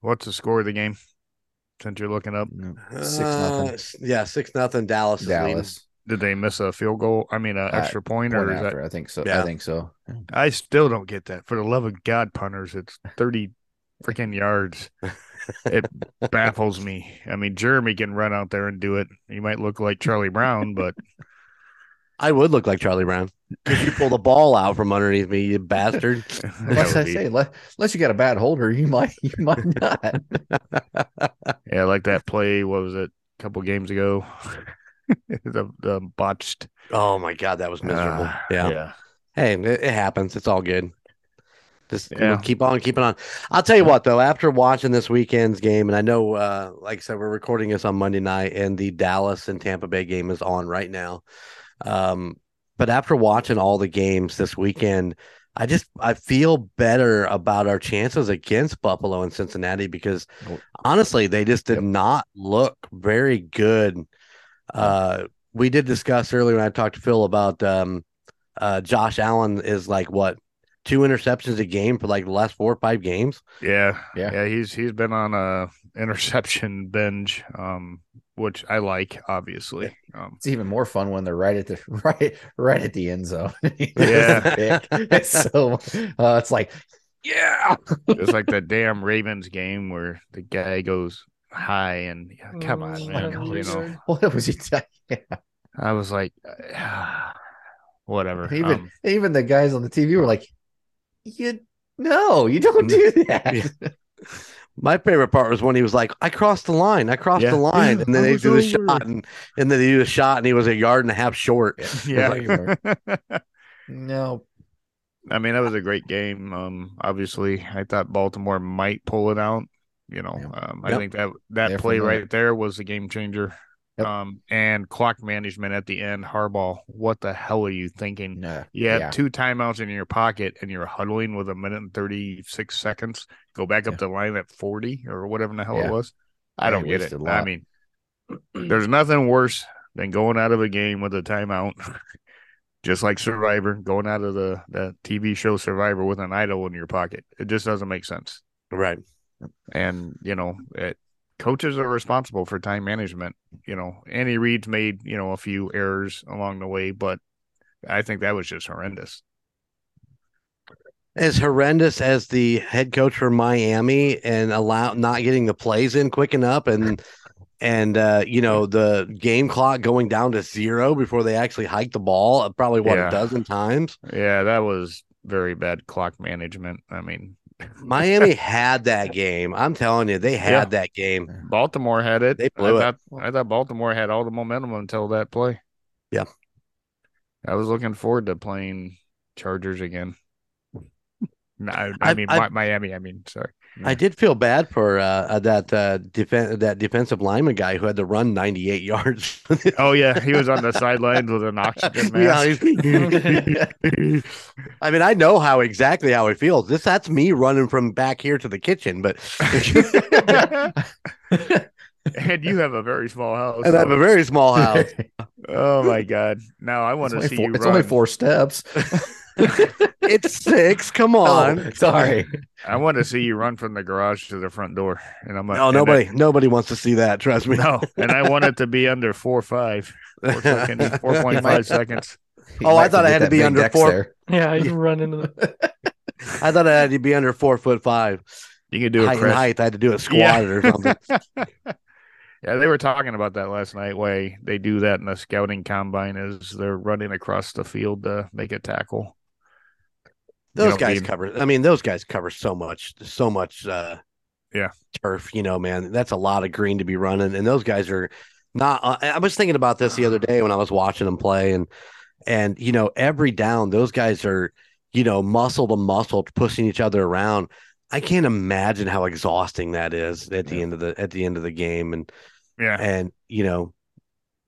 Speaker 4: What's the score of the game? Since you're looking up,
Speaker 3: No. Six
Speaker 1: Uh,
Speaker 3: nothing.
Speaker 1: s- yeah, six nothing. Dallas. is leading.
Speaker 3: Dallas.
Speaker 4: did they miss a field goal? I mean, an
Speaker 1: Uh,
Speaker 4: extra point,
Speaker 3: Point
Speaker 4: or is that?
Speaker 3: after, I think so.
Speaker 1: Yeah.
Speaker 3: I think so.
Speaker 4: I still don't get that. For the love of God, punters, it's 30 freaking yards. It baffles me. I mean, Jeremy can run out there and do it. He might look like Charlie Brown, but
Speaker 1: I would look like Charlie Brown. If you pull the ball out from underneath me, you bastard.
Speaker 4: that
Speaker 3: Unless
Speaker 4: would
Speaker 3: I
Speaker 4: be-
Speaker 3: say, le- unless you got a bad holder, you might you might not.
Speaker 4: yeah, like that play. What was it? A couple games ago, the, the botched.
Speaker 1: Oh my god, that was miserable.
Speaker 4: Ah,
Speaker 1: yeah.
Speaker 4: yeah.
Speaker 1: Hey, it, it happens. It's all good. Just
Speaker 4: Yeah.
Speaker 1: keep on keeping on. I'll tell you what, though, after watching this weekend's game, and I know, uh, like I said, we're recording this on Monday night, and the Dallas and Tampa Bay game is on right now. Um, but after watching all the games this weekend, I just I feel better about our chances against Buffalo and Cincinnati because
Speaker 3: Oh.
Speaker 1: honestly, they just did
Speaker 3: Yep.
Speaker 1: not look very good. Uh, we did discuss earlier when I talked to Phil about um, uh, Josh Allen is like what two interceptions a game for like the last four or five games.
Speaker 4: Yeah.
Speaker 3: Yeah.
Speaker 4: Yeah. He's he's been on a interception binge, um, which I like, obviously. Um,
Speaker 3: It's even more fun when they're right at the right right at the end zone.
Speaker 4: Yeah.
Speaker 3: it's so uh, it's like Oh
Speaker 4: Yeah. It's like that damn Ravens game where the guy goes high and yeah, come on,
Speaker 2: Mm,
Speaker 4: man.
Speaker 2: yeah.
Speaker 4: You know,
Speaker 3: what was he? T-
Speaker 4: I was like, ah, whatever.
Speaker 3: even
Speaker 4: Um,
Speaker 3: even the guys on the TV were like, you no, you don't do that.
Speaker 1: Yeah. My favorite part was when he was like, "I crossed the line, I crossed
Speaker 4: Yeah.
Speaker 1: the line," and then
Speaker 4: I
Speaker 1: they
Speaker 4: was
Speaker 1: do the
Speaker 4: over.
Speaker 1: shot, and, and then they do the shot, and he was a yard and a half short.
Speaker 4: yeah.
Speaker 3: No,
Speaker 4: I mean, that was a great game. Um, obviously, I thought Baltimore might pull it out. You know, um, I
Speaker 1: Yep.
Speaker 4: think that that
Speaker 3: There for
Speaker 4: play
Speaker 3: a minute.
Speaker 4: right there was the game changer.
Speaker 3: Yep.
Speaker 4: Um, and clock management at the end, Harbaugh. What the hell are you thinking?
Speaker 3: no.
Speaker 4: You have
Speaker 3: Yeah.
Speaker 4: two timeouts in your pocket and you're huddling with a minute and 36 seconds. Go back up
Speaker 3: Yeah.
Speaker 4: the line at 40 or whatever the hell
Speaker 3: Yeah.
Speaker 4: it was. I
Speaker 3: Yeah,
Speaker 4: don't
Speaker 3: he
Speaker 4: get it.
Speaker 3: wasted a
Speaker 4: I
Speaker 3: lot.
Speaker 4: mean, there's nothing worse than going out of a game with a timeout, just like Survivor, going out of the, the TV show Survivor with an idol in your pocket. It just doesn't make sense.
Speaker 1: Right.
Speaker 4: And, you know, it, coaches are responsible for time management. You know, Andy Reid's made, you know, a few errors along the way, but I think that was just horrendous.
Speaker 1: As horrendous as the head coach for Miami and allow not getting the plays in quick enough, and and uh, you know the game clock going down to zero before they actually hike the ball, uh, probably what
Speaker 4: Yeah.
Speaker 1: a dozen times.
Speaker 4: Yeah, that was very bad clock management. I mean,
Speaker 1: Miami had that game. I'm telling you, they had
Speaker 4: Yeah.
Speaker 1: that game.
Speaker 4: Baltimore had it.
Speaker 1: They blew
Speaker 4: I
Speaker 1: it.
Speaker 4: thought, I thought Baltimore had all the momentum until that play.
Speaker 1: Yeah.
Speaker 4: I was looking forward to playing Chargers again. No, I, I
Speaker 1: I-
Speaker 4: mean
Speaker 1: I-
Speaker 4: Mi- Miami. I mean, sorry.
Speaker 1: I did feel bad for uh, uh, that uh, defen- that defensive lineman guy who had to run 98 yards.
Speaker 4: Oh yeah, he was on the sidelines with an oxygen
Speaker 1: Yeah,
Speaker 4: mask.
Speaker 1: I mean, I know how exactly how it feels. This that's me running from back here to the kitchen, but
Speaker 4: and you have a very small house.
Speaker 1: and I have a very small house.
Speaker 3: it's
Speaker 4: oh my god! Now I want to
Speaker 3: only
Speaker 4: see
Speaker 3: four,
Speaker 4: you.
Speaker 3: it's only
Speaker 4: run.
Speaker 3: four steps.
Speaker 1: it's six. Come on.
Speaker 3: Oh, sorry.
Speaker 4: I want to see you run from the garage to the front door, and I'm like,
Speaker 1: No,
Speaker 4: and I-
Speaker 1: nobody, nobody wants to see that. Trust me.
Speaker 4: no, and I want it to be under four five, four fucking four point five seconds.
Speaker 3: He
Speaker 1: Oh, I
Speaker 3: might
Speaker 1: thought I
Speaker 3: forget
Speaker 1: had to
Speaker 3: that
Speaker 1: be
Speaker 3: big
Speaker 1: under
Speaker 3: dex
Speaker 1: four.
Speaker 3: there.
Speaker 2: Yeah, you can run into the.
Speaker 1: I thought I had to be under four foot five.
Speaker 4: You can do a
Speaker 1: Height and
Speaker 4: press.
Speaker 1: height, I had to do it
Speaker 4: Yeah.
Speaker 1: squatted or something.
Speaker 4: Yeah, they were talking about that last night. Way they do that in the scouting combine is they're running across the field to make a tackle. You
Speaker 1: Those
Speaker 4: know,
Speaker 1: guys
Speaker 4: being-
Speaker 1: cover. I mean, those guys cover so much, so much. uh
Speaker 4: Yeah.
Speaker 1: turf. You know, man, that's a lot of green to be running, and those guys are not. Uh, I was thinking about this the other day when I was watching them play, and and you know, every down, those guys are you know muscle to muscle, pushing each other around. I can't imagine how exhausting that is at the
Speaker 3: Yeah.
Speaker 1: end of the at the end of the game, and
Speaker 4: Yeah,
Speaker 1: and you know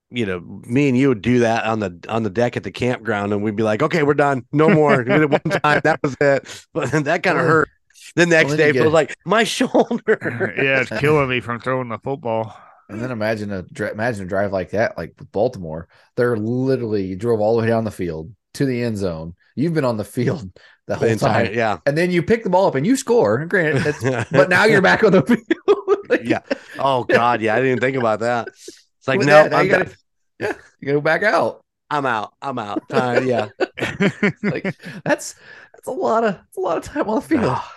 Speaker 1: you know me and you would do that on the on the deck at the campground and we'd be like okay we're done no more we did it one time that was it but that kind of
Speaker 3: Well,
Speaker 1: hurt the next
Speaker 3: then
Speaker 1: day
Speaker 3: you get-
Speaker 1: feels like my shoulder
Speaker 4: yeah, it's killing me from throwing the football.
Speaker 3: And then imagine a dri- imagine a drive like that, like with Baltimore. They're literally you drove all the way down the field to the end zone. You've been on the field the whole
Speaker 1: the entire
Speaker 3: time,
Speaker 1: yeah
Speaker 3: and then you pick the ball up and you score. And Granted, it's, but now you're back on the field. Like,
Speaker 1: yeah oh god yeah i didn't even think about that it's like
Speaker 3: with
Speaker 1: no
Speaker 3: that, now
Speaker 1: I'm,
Speaker 3: you gotta, yeah, you gotta go back out.
Speaker 1: I'm out i'm out time yeah
Speaker 3: Like that's that's a lot of that's a lot of time on the field.
Speaker 1: Ah.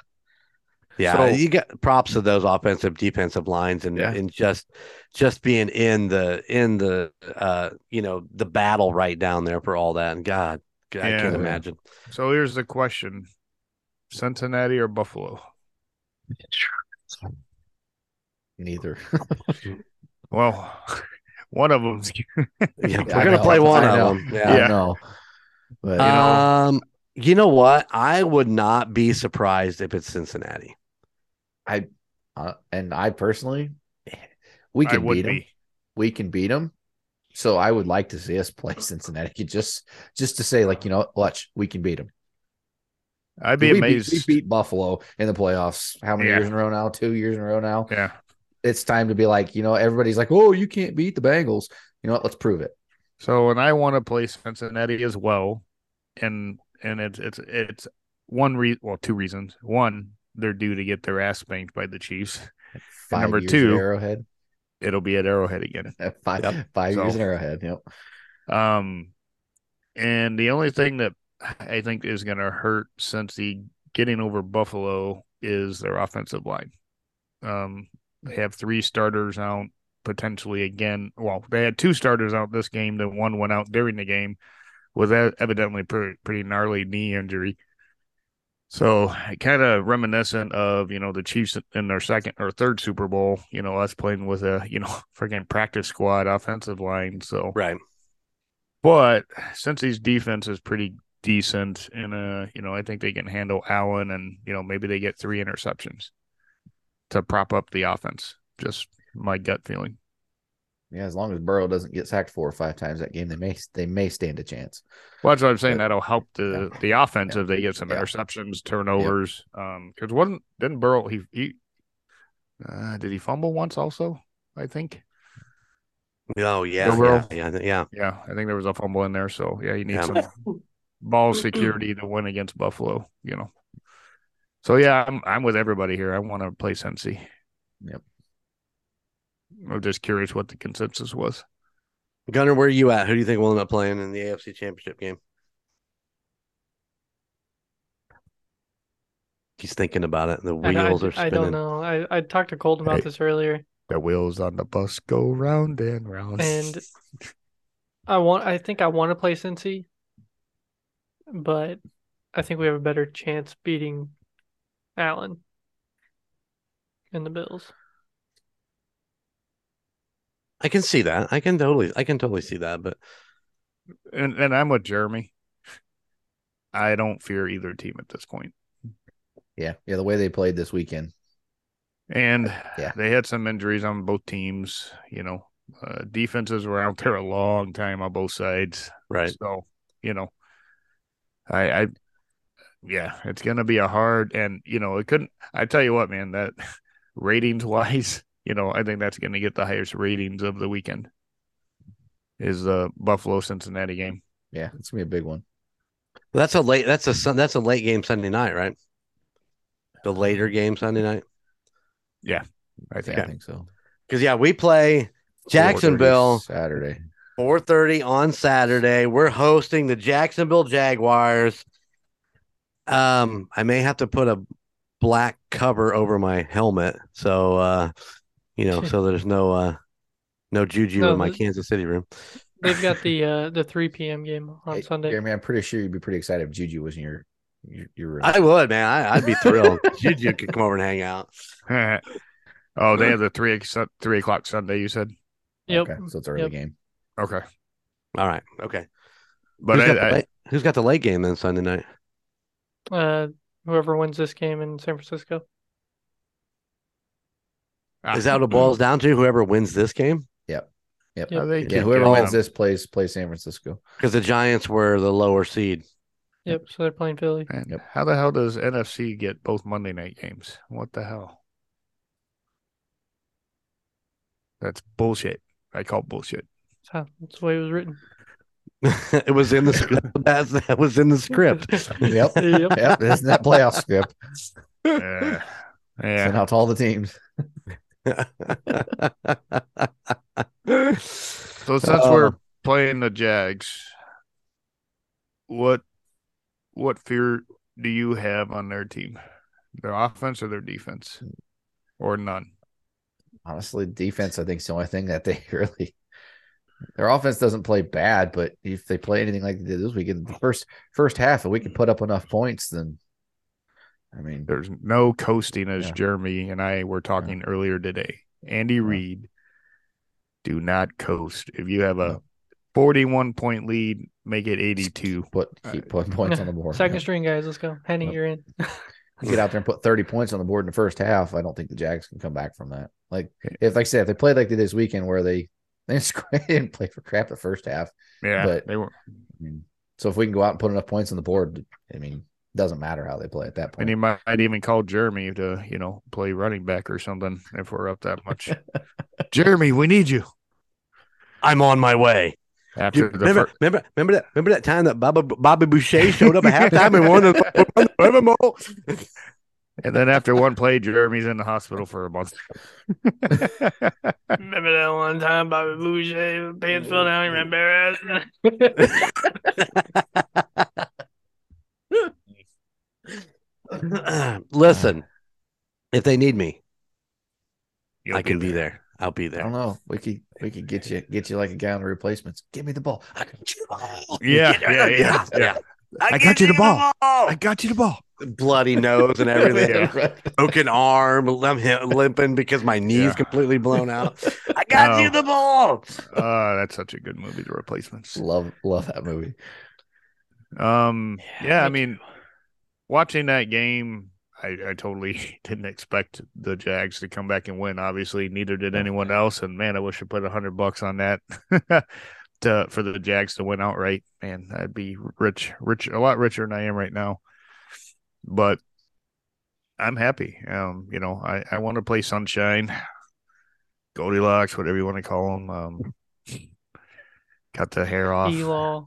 Speaker 1: Yeah,
Speaker 4: So-
Speaker 1: you got props to those offensive defensive lines and
Speaker 3: Yeah.
Speaker 1: and just just being in the in the uh you know the battle right down there for all that and God, I
Speaker 4: Yeah.
Speaker 1: can't imagine.
Speaker 4: So here's the question: Cincinnati or Buffalo?
Speaker 3: Neither.
Speaker 4: Well, one of them's
Speaker 1: Yeah,
Speaker 3: Yeah,
Speaker 1: we're
Speaker 3: I
Speaker 1: gonna
Speaker 3: know.
Speaker 1: play one
Speaker 3: I know.
Speaker 1: of them.
Speaker 3: I
Speaker 1: Yeah.
Speaker 4: Yeah.
Speaker 3: know. But
Speaker 4: Uh,
Speaker 1: Um, you know what? I would not be surprised if it's Cincinnati.
Speaker 3: uh, and I personally, we
Speaker 4: I
Speaker 3: can
Speaker 4: would
Speaker 3: beat them.
Speaker 4: be.
Speaker 3: We can beat them. So I would like to see us play Cincinnati just just to say like you know what, watch we can beat them.
Speaker 4: I'd be
Speaker 3: we
Speaker 4: amazed.
Speaker 3: Beat, we beat Buffalo in the playoffs. How many
Speaker 4: Yeah.
Speaker 3: years in a row now? Two years in a row now.
Speaker 4: yeah,
Speaker 3: It's time to be like you know everybody's like oh you can't beat the Bengals. You know what? Let's prove it.
Speaker 4: So and I want to play Cincinnati as well, and and it's it's it's one re well two reasons. One, they're due to get their ass spanked by the Chiefs.
Speaker 3: Five
Speaker 4: number
Speaker 3: years
Speaker 4: two-
Speaker 3: in Arrowhead.
Speaker 4: It'll be at Arrowhead again.
Speaker 3: Five
Speaker 1: Yep.
Speaker 3: five years
Speaker 4: So-
Speaker 3: in Arrowhead. Yep.
Speaker 4: Um, and the only thing that I think is going to hurt since the getting over Buffalo is their offensive line. Um, they have three starters out potentially again. Well, they had two starters out this game. Then one went out during the game with a- evidently pretty, pretty gnarly knee injury. So kind of reminiscent of you know the Chiefs in their second or third Super Bowl. You know us playing with a you know freaking practice squad offensive line. So
Speaker 1: Right.
Speaker 4: but since his defense is pretty decent, and uh, you know, I think they can handle Allen, and you know, maybe they get three interceptions to prop up the offense. Just my gut feeling.
Speaker 3: Yeah, as long as Burrow doesn't get sacked four or five times that game, they may they may stand a chance.
Speaker 4: Well, that's what I'm saying. That'll help the the offense
Speaker 3: Yeah.
Speaker 4: if they get some
Speaker 3: Yeah.
Speaker 4: interceptions, turnovers. Um, because wasn't didn't Burrow he he uh, did he fumble once also? I think.
Speaker 1: Oh yeah,
Speaker 4: Go, Burrow.
Speaker 1: yeah, yeah, th- yeah.
Speaker 4: Yeah, I think there was a fumble in there. So yeah, you need
Speaker 1: Yeah.
Speaker 4: some ball security to win against Buffalo. You know. So yeah, I'm I'm with everybody here. I want to play Cincy.
Speaker 3: Yep.
Speaker 4: I'm just curious what the consensus was.
Speaker 1: Gunner, where are you at? Who do you think will end up playing in the AFC Championship game? He's thinking about it. The
Speaker 2: I, I-
Speaker 1: wheels are
Speaker 2: I
Speaker 1: spinning.
Speaker 2: don't know. I, I talked to Colton about
Speaker 4: Hey.
Speaker 2: this earlier,
Speaker 4: The wheels on the bus go round and round.
Speaker 2: and I want. I think I want to play Cincy, but I think we have a better chance beating Allen and the Bills.
Speaker 1: I can see that. I can totally, I can totally see that. But
Speaker 4: and and I'm with Jeremy. I don't fear either team at this point.
Speaker 3: Yeah, yeah. The way they played this weekend,
Speaker 4: And
Speaker 3: Yeah.
Speaker 4: they had some injuries on both teams. You know, uh, defenses were out there a long time on both sides.
Speaker 1: right,
Speaker 4: So, you know, I, I, yeah, it's going to be a hard, and, you know, it couldn't, I tell you what, man, that ratings wise, you know, I think that's going to get the highest ratings of the weekend is the Buffalo Cincinnati game.
Speaker 3: yeah, it's gonna be a big one.
Speaker 1: That's a late. That's a sun. That's a late game Sunday night, right? The later game Sunday night.
Speaker 4: I
Speaker 3: Yeah,
Speaker 4: think.
Speaker 3: I think so.
Speaker 1: Because yeah, we play
Speaker 3: 4:30
Speaker 1: Jacksonville
Speaker 3: Saturday.
Speaker 1: 4:30 on Saturday. We're hosting the Jacksonville Jaguars. Um, I may have to put a black cover over my helmet, so uh, you know, so there's no uh, no juju
Speaker 2: No,
Speaker 1: in my
Speaker 2: the-
Speaker 1: Kansas City room.
Speaker 2: They've got the uh the 3 p.m. game on
Speaker 3: Hey,
Speaker 2: Sunday.
Speaker 3: Jeremy, I'm pretty sure you'd be pretty excited if Juju was in your your, your room.
Speaker 1: I would, man. I, I'd be thrilled. juju could come over and hang out.
Speaker 4: oh, they have the three o'clock- three o'clock Sunday. You said
Speaker 2: Yep.
Speaker 3: Okay, so it's early
Speaker 2: Yep.
Speaker 3: game.
Speaker 4: okay,
Speaker 1: All right, okay.
Speaker 4: but
Speaker 1: who's, got the
Speaker 4: I, I,
Speaker 1: late, who's got the late game then Sunday night?
Speaker 2: Uh, whoever wins this game in San Francisco.
Speaker 1: Is that what
Speaker 4: Ah,
Speaker 1: it
Speaker 4: mm.
Speaker 1: boils down to? Whoever wins this game,
Speaker 3: Yep.
Speaker 2: Yep.
Speaker 4: Oh, they
Speaker 3: Yeah,
Speaker 4: kicked
Speaker 3: whoever
Speaker 4: it
Speaker 3: wins
Speaker 4: out.
Speaker 3: this plays plays San Francisco.
Speaker 1: because the Giants were the lower seed.
Speaker 2: Yep. So they're playing Philly.
Speaker 4: Man,
Speaker 3: Yep.
Speaker 4: How the hell does NFC get both Monday night games? What the hell? That's bullshit. I call bullshit.
Speaker 2: That's, how, that's the way it was written.
Speaker 1: it was in the script. That's, that was in the script.
Speaker 3: Yep.
Speaker 2: Yep.
Speaker 3: yep, isn't that playoff script?
Speaker 4: Uh,
Speaker 3: Send
Speaker 4: yeah.
Speaker 3: out to all the teams.
Speaker 4: So since
Speaker 1: Uh,
Speaker 4: we're playing the Jags, what what fear do you have on their team? Their offense or their defense? Or none?
Speaker 3: Honestly, defense I think is the only thing that they really their offense doesn't play bad, but if they play anything like they did this week in the first first half, and we can put up enough points, then I mean,
Speaker 4: There's no coasting, as
Speaker 3: Yeah.
Speaker 4: Jeremy and I were talking earlier today. Andy Reid, do not coast. If you have a
Speaker 3: No.
Speaker 4: 41 point lead, make it 82.
Speaker 3: put keep putting points on the board.
Speaker 2: uh, Second string guys, let's go. Henning,
Speaker 3: Yep.
Speaker 2: you're in.
Speaker 3: you get out there and put 30 points on the board in the first half, I don't think the Jags can come back from that. Like if like I said, if they played like they did this weekend where they they didn't score- they didn't play for crap the first half.
Speaker 4: Yeah,
Speaker 3: But-
Speaker 4: they were.
Speaker 3: I mean, so if we can go out and put enough points on the board, I mean, doesn't matter how they play at that
Speaker 4: And
Speaker 3: point.
Speaker 4: you might even call Jeremy to, you know, play running back or something if we're up that much. Jeremy, we need you.
Speaker 1: I'm on my way.
Speaker 4: After
Speaker 1: Dude,
Speaker 4: the
Speaker 1: remember,
Speaker 4: fir-
Speaker 1: remember, remember that, remember that time that Bobby, Bobby Boucher showed up at halftime and won the, won the Super Bowl?
Speaker 4: and then after one play, Jeremy's in the hospital for a month.
Speaker 2: Remember that one time Bobby Boucher, pants fell down, he ran bare ass.
Speaker 1: Listen, if they need me,
Speaker 4: You'll
Speaker 1: I can be there. I'll be
Speaker 3: I
Speaker 1: there.
Speaker 3: don't know. We could we could get you get you like a guy on the replacements. Give me the ball. I can
Speaker 4: Yeah, yeah, yeah, yeah. I got you the ball. I got you the ball.
Speaker 1: Bloody nose and everything.
Speaker 4: Yeah.
Speaker 1: Broken arm, lim- limping because my knee's
Speaker 4: Yeah.
Speaker 1: completely blown out. I got
Speaker 4: Oh.
Speaker 1: you the ball.
Speaker 4: Uh, that's such a good movie, The Replacements.
Speaker 3: Love love that movie.
Speaker 4: Um, yeah, I
Speaker 2: me
Speaker 4: mean, watching that game, I, I totally didn't expect the Jags to come back and win. Obviously, neither did anyone else. And man, I wish I put a hundred bucks on that to for the Jags to win outright. Man, I'd be rich, rich, a lot richer than I am right now. But I'm happy. Um, you know, I I want to play Sunshine, Goldilocks, whatever you want to call them. Um, cut the hair off.
Speaker 2: Elaw.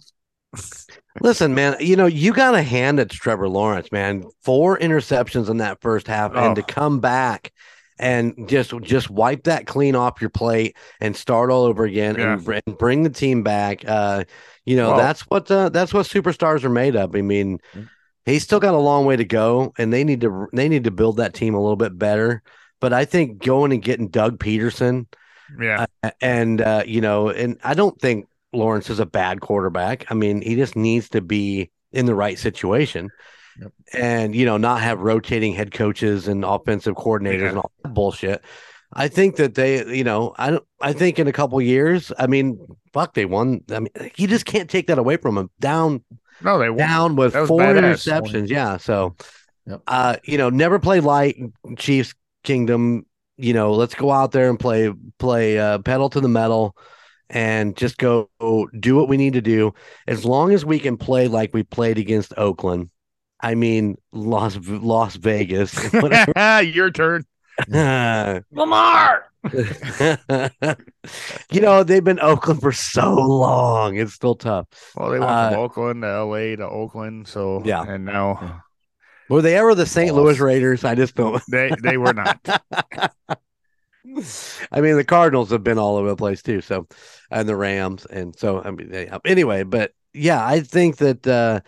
Speaker 1: Listen, man, you know, you got to hand it to Trevor Lawrence, man. Four interceptions in that first half,
Speaker 4: Oh.
Speaker 1: and to come back and just just wipe that clean off your plate and start all over again and, br- and bring the team back. Uh, you know,
Speaker 4: Well-
Speaker 1: that's what uh, that's what superstars are made of. I mean,
Speaker 3: Mm.
Speaker 1: he's still got a long way to go, and they need to they need to build that team a little bit better. But I think going and getting Doug Peterson
Speaker 4: Yeah.
Speaker 1: and uh, you know, and I don't think Lawrence is a bad quarterback. I mean, he just needs to be in the right situation,
Speaker 3: Yep.
Speaker 1: and you know, not have rotating head coaches and offensive coordinators
Speaker 4: Yeah.
Speaker 1: and all that bullshit. I think that they, you know, I don't. I think in a couple years, I mean, fuck, they won. I mean, you just can't take that away from him. Down,
Speaker 4: No, they won.
Speaker 1: down with
Speaker 4: That was
Speaker 1: four
Speaker 4: badass.
Speaker 1: interceptions. Yeah, so,
Speaker 3: Yep.
Speaker 1: uh, you know, never play light, Chiefs Kingdom. You know, let's go out there and play play uh, pedal to the metal, and just go do what we need to do. As long as we can play like we played against Oakland, I mean Las Las Vegas. whatever.
Speaker 4: Your turn.
Speaker 1: Uh,
Speaker 2: Lamar!
Speaker 1: you know, they've been Oakland for so long. It's still tough.
Speaker 4: Well, they went from Oakland to LA to Oakland, so
Speaker 1: Uh, Yeah.
Speaker 4: and
Speaker 3: Yeah.
Speaker 4: now
Speaker 1: Were they ever the St.
Speaker 3: Awesome.
Speaker 1: Louis Raiders? I just don't.
Speaker 4: they they were not.
Speaker 1: I mean, the Cardinals have been all over the place too. So, and the Rams, and so I mean, they, anyway. But yeah, I think that uh,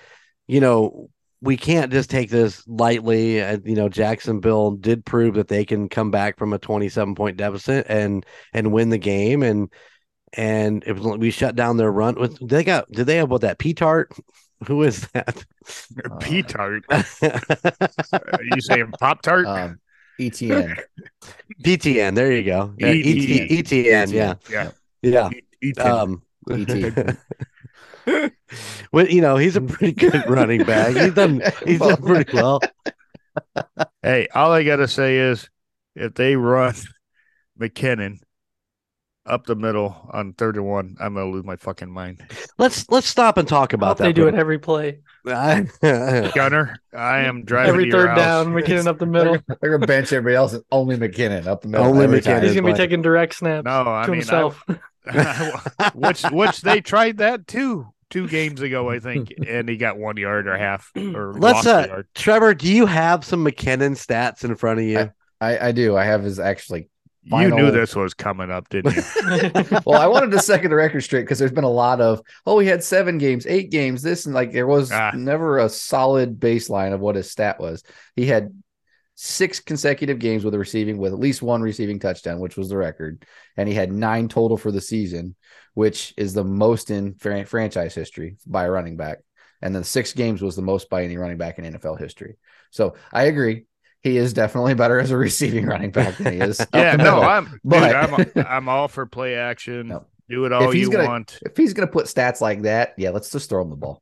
Speaker 1: you know we can't just take this lightly. Uh, you know, Jacksonville did prove that they can come back from a twenty-seven point deficit and and win the game, and and it was like we shut down their run. With they got did they have what that P tart? Who is that?
Speaker 4: P tart. Are you saying Pop Tart?
Speaker 3: Um, ETN.
Speaker 1: PTN. E There you go. Yeah, ET- ETN. Yeah.
Speaker 4: yeah. E
Speaker 1: Yeah.
Speaker 4: Eat it.
Speaker 1: Um,
Speaker 3: ET.
Speaker 1: well, you know, he's a pretty good running back. He's done he's
Speaker 3: Well-
Speaker 1: done pretty well.
Speaker 4: hey, all I gotta say is if they run McKinnon up the middle on third and one, I'm gonna lose my fucking mind.
Speaker 1: Let's let's stop and talk
Speaker 2: I
Speaker 1: about
Speaker 2: hope
Speaker 1: that.
Speaker 2: they do it every play.
Speaker 1: I-
Speaker 4: Gunner, I am driving to
Speaker 2: Every
Speaker 4: your
Speaker 2: third
Speaker 4: house.
Speaker 2: down, we get in up the middle.
Speaker 3: They're going to bench everybody else and only McKinnon up the middle.
Speaker 1: Only
Speaker 3: every
Speaker 1: McKinnon.
Speaker 3: time.
Speaker 2: He's gonna be
Speaker 1: play.
Speaker 2: taking direct snaps
Speaker 4: No, I
Speaker 2: to
Speaker 4: mean,
Speaker 2: himself.
Speaker 4: I, which which they tried that too two games ago, I think, and he got one yard or half or
Speaker 1: Let's
Speaker 4: lost a
Speaker 1: uh
Speaker 4: yard.
Speaker 1: Trevor, do you have some McKinnon stats in front of you?
Speaker 3: I, I do. I have his actually.
Speaker 4: You knew
Speaker 3: final-
Speaker 4: this was coming up, didn't you?
Speaker 3: Well, I wanted to second the record straight because there's been a lot of, oh, he had seven games, eight games, this, and like there was
Speaker 4: Ah.
Speaker 3: never a solid baseline of what his stat was. He had six consecutive games with a receiving, with at least one receiving touchdown, which was the record. And he had nine total for the season, which is the most in fran- franchise history by a running back. And then six games was the most by any running back in NFL history. So I agree. He is definitely better as a receiving running back than he is. up
Speaker 4: yeah,
Speaker 3: the
Speaker 4: no,
Speaker 3: middle.
Speaker 4: I'm
Speaker 3: But-
Speaker 4: dude, I'm I'm all for play action.
Speaker 3: No.
Speaker 4: Do it all
Speaker 3: If he's
Speaker 4: you
Speaker 3: gonna-
Speaker 4: want.
Speaker 3: if he's going to put stats like that, yeah, let's just throw him the ball.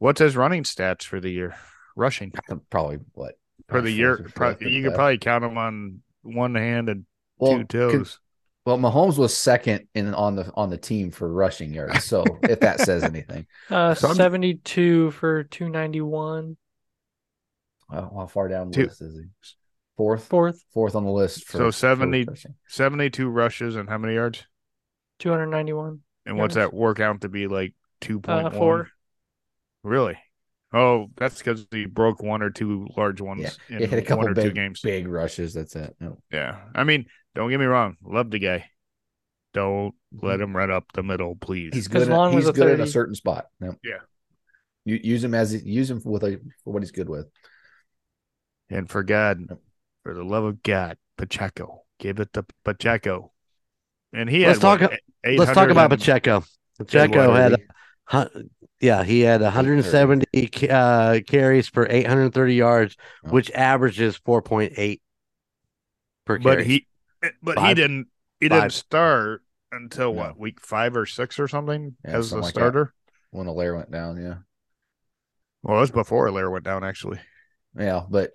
Speaker 4: What's his running stats for the year? Rushing
Speaker 3: Probably what
Speaker 4: for the
Speaker 3: Rushers
Speaker 4: year,
Speaker 3: or
Speaker 4: pro-
Speaker 3: something
Speaker 4: you
Speaker 3: like
Speaker 4: could
Speaker 3: that.
Speaker 4: probably count him on one hand and
Speaker 3: well,
Speaker 4: two
Speaker 3: con-
Speaker 4: toes.
Speaker 3: well, Mahomes was second in on the on the team for rushing yards. So if that says anything,
Speaker 2: uh,
Speaker 4: Some-
Speaker 2: seventy-two for two ninety-one.
Speaker 3: well, how far down the
Speaker 4: Two.
Speaker 3: list is he? Fourth,
Speaker 2: Fourth,
Speaker 3: fourth on the list.
Speaker 4: So 70
Speaker 3: For rushing.
Speaker 4: 72 rushes and how many yards?
Speaker 2: two hundred ninety-one.
Speaker 4: And what's
Speaker 2: Yards.
Speaker 4: that work out to be like 2.1?
Speaker 2: Uh, four.
Speaker 4: Really? Oh, that's because he broke one or two large ones
Speaker 3: yeah,
Speaker 4: in
Speaker 3: he had a
Speaker 4: one
Speaker 3: couple
Speaker 4: or two
Speaker 3: big
Speaker 4: games.
Speaker 3: big rushes. That's it. No.
Speaker 4: Yeah. I mean, don't get me wrong. Love the guy. Don't let
Speaker 1: Mm-hmm.
Speaker 4: him run up the middle, please.
Speaker 3: He's
Speaker 2: As
Speaker 3: good. At,
Speaker 2: long as
Speaker 3: he's
Speaker 2: a
Speaker 3: good at a
Speaker 2: 30
Speaker 3: certain spot. No.
Speaker 4: Yeah.
Speaker 3: You use him as he- use him with a for what he's good with.
Speaker 4: and for God, for the love of God, Pacheco, give it to Pacheco. And he
Speaker 1: Let's
Speaker 4: had, what,
Speaker 1: talk-
Speaker 4: eight-
Speaker 1: Let's talk about
Speaker 4: 800 and-
Speaker 1: Pacheco. Pacheco
Speaker 4: what,
Speaker 1: had a hun- yeah, he had 170 uh, carries for 830 yards,
Speaker 3: Oh.
Speaker 1: which averages 4.8 per carry.
Speaker 4: but he but he
Speaker 1: Five.
Speaker 4: didn't he
Speaker 1: Five.
Speaker 4: didn't start until
Speaker 3: No.
Speaker 4: what week five or six or something
Speaker 3: Yeah,
Speaker 4: as
Speaker 3: something
Speaker 4: the
Speaker 3: like that.
Speaker 4: starter.
Speaker 3: When Alaire went down, yeah.
Speaker 4: Well, that's before Lair went down actually.
Speaker 3: Yeah, but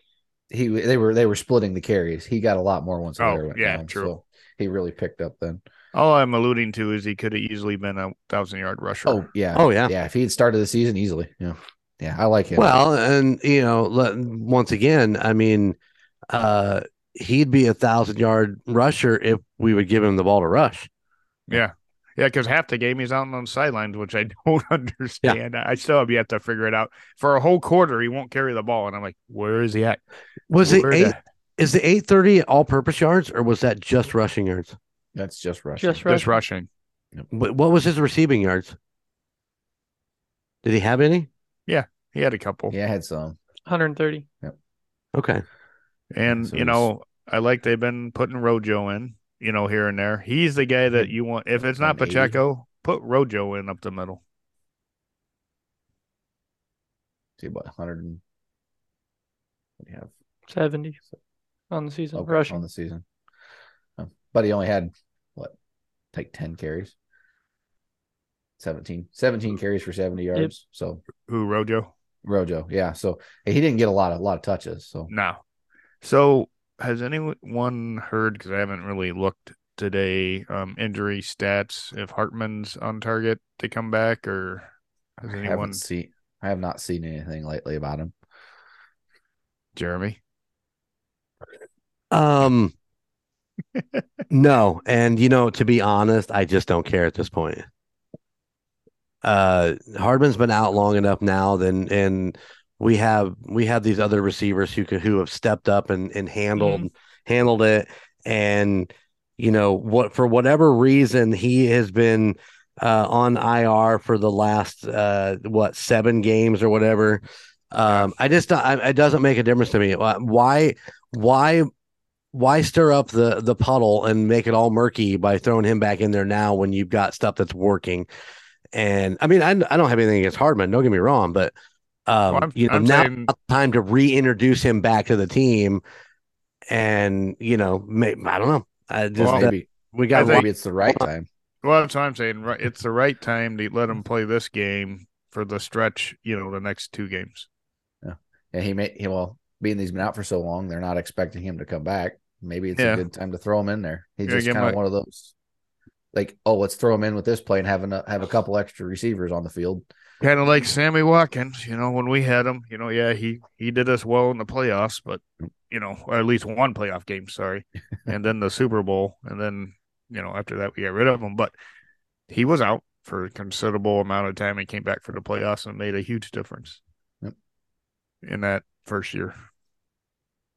Speaker 3: he they were they were splitting the carries. He got a lot more once.
Speaker 4: Oh,
Speaker 3: Allaire went
Speaker 4: yeah,
Speaker 3: down,
Speaker 4: true.
Speaker 3: So he really picked up then.
Speaker 4: All I'm alluding to is he could have easily been a thousand yard rusher.
Speaker 3: Oh yeah,
Speaker 1: oh yeah.
Speaker 3: yeah. If he had started the season easily, yeah, yeah. I like him.
Speaker 1: Well, and you know, le- once again, I mean, uh, he'd be a thousand yard rusher if we would give him the ball to rush.
Speaker 4: yeah. Yeah, because half the game he's out on the sidelines, which I don't understand. I still have yet to figure it out. For a whole quarter, he won't carry the ball, and I'm like, "Where is he at?"
Speaker 1: Was it
Speaker 4: Where
Speaker 1: eight?
Speaker 4: the-
Speaker 1: Is the eight thirty all purpose yards, or was that just rushing yards?
Speaker 3: that's just rushing.
Speaker 2: Just
Speaker 4: Just
Speaker 2: rushing.
Speaker 4: rushing.
Speaker 1: What, what was his receiving yards? Did he have any?
Speaker 4: He had a couple,
Speaker 3: Yeah, I had some.
Speaker 2: One hundred thirty.
Speaker 1: Okay,
Speaker 4: and
Speaker 3: So
Speaker 4: you
Speaker 3: he's-
Speaker 4: know, I like they've been putting Rojo in, you know, here and there. He's the guy that you want. If it's not
Speaker 3: 180.
Speaker 4: Pacheco, put Rojo in up the middle.
Speaker 3: See about hundred and what do you have?
Speaker 2: Seventy on the season.
Speaker 3: Okay,
Speaker 2: rushing.
Speaker 3: on the season, Um, but he only had what like ten carries. 17, 17 carries for 70 yards. So
Speaker 4: Who Rojo?
Speaker 3: Rojo. Yeah. So he didn't get a lot of a lot of touches. So
Speaker 4: No. So has anyone heard? Because I haven't really looked today. Um, injury stats. If Hartman's on target to come back, or has
Speaker 3: I
Speaker 4: anyone?
Speaker 3: haven't seen. I have not seen anything lately about him.
Speaker 4: Jeremy.
Speaker 1: um, No, and you know, to be honest, I just don't care at this point. Uh Hardman's been out long enough now, then and we have we have these other receivers who could who have stepped up and, and handled handled it. And you know, what for whatever reason he has been uh on IR for the last uh what seven games or whatever. Um I just don't- I, it doesn't make a difference to me. Why why why stir up the the puddle and make it all murky by throwing him back in there now when you've got stuff that's working? And I mean, I, I don't have anything against Hardman. Don't get me wrong, but um,
Speaker 4: Well, I'm-
Speaker 1: you know,
Speaker 4: I'm
Speaker 1: now
Speaker 4: saying-
Speaker 1: time to reintroduce him back to the team, and you know, may, I don't know. I just
Speaker 4: Well,
Speaker 1: that-
Speaker 3: maybe,
Speaker 1: we
Speaker 4: I
Speaker 1: got
Speaker 4: think-
Speaker 1: one-
Speaker 3: maybe it's the right time.
Speaker 4: Well, that's what I'm saying. Right, it's the right time to let him play this game for the stretch. You know, the next two games.
Speaker 3: And he may he well being that he's been out for so long, they're not expecting him to come back. Maybe it's
Speaker 4: Yeah.
Speaker 3: a good time to throw him in there. He's
Speaker 4: Yeah,
Speaker 3: just
Speaker 4: give him
Speaker 3: kind of
Speaker 4: a-
Speaker 3: one of those, like, oh, let's throw him in with this play and have a, have a couple extra receivers on the field.
Speaker 4: Kind of like Sammy Watkins. You know, when we had him. You know, yeah, he he did us well in the playoffs, but you know, or at least one playoff game. Sorry, and then the Super Bowl, and then you know after that we got rid of him. But he was out for a considerable amount of time and came back for the playoffs and made a huge difference.
Speaker 3: Yep.
Speaker 4: In that first year.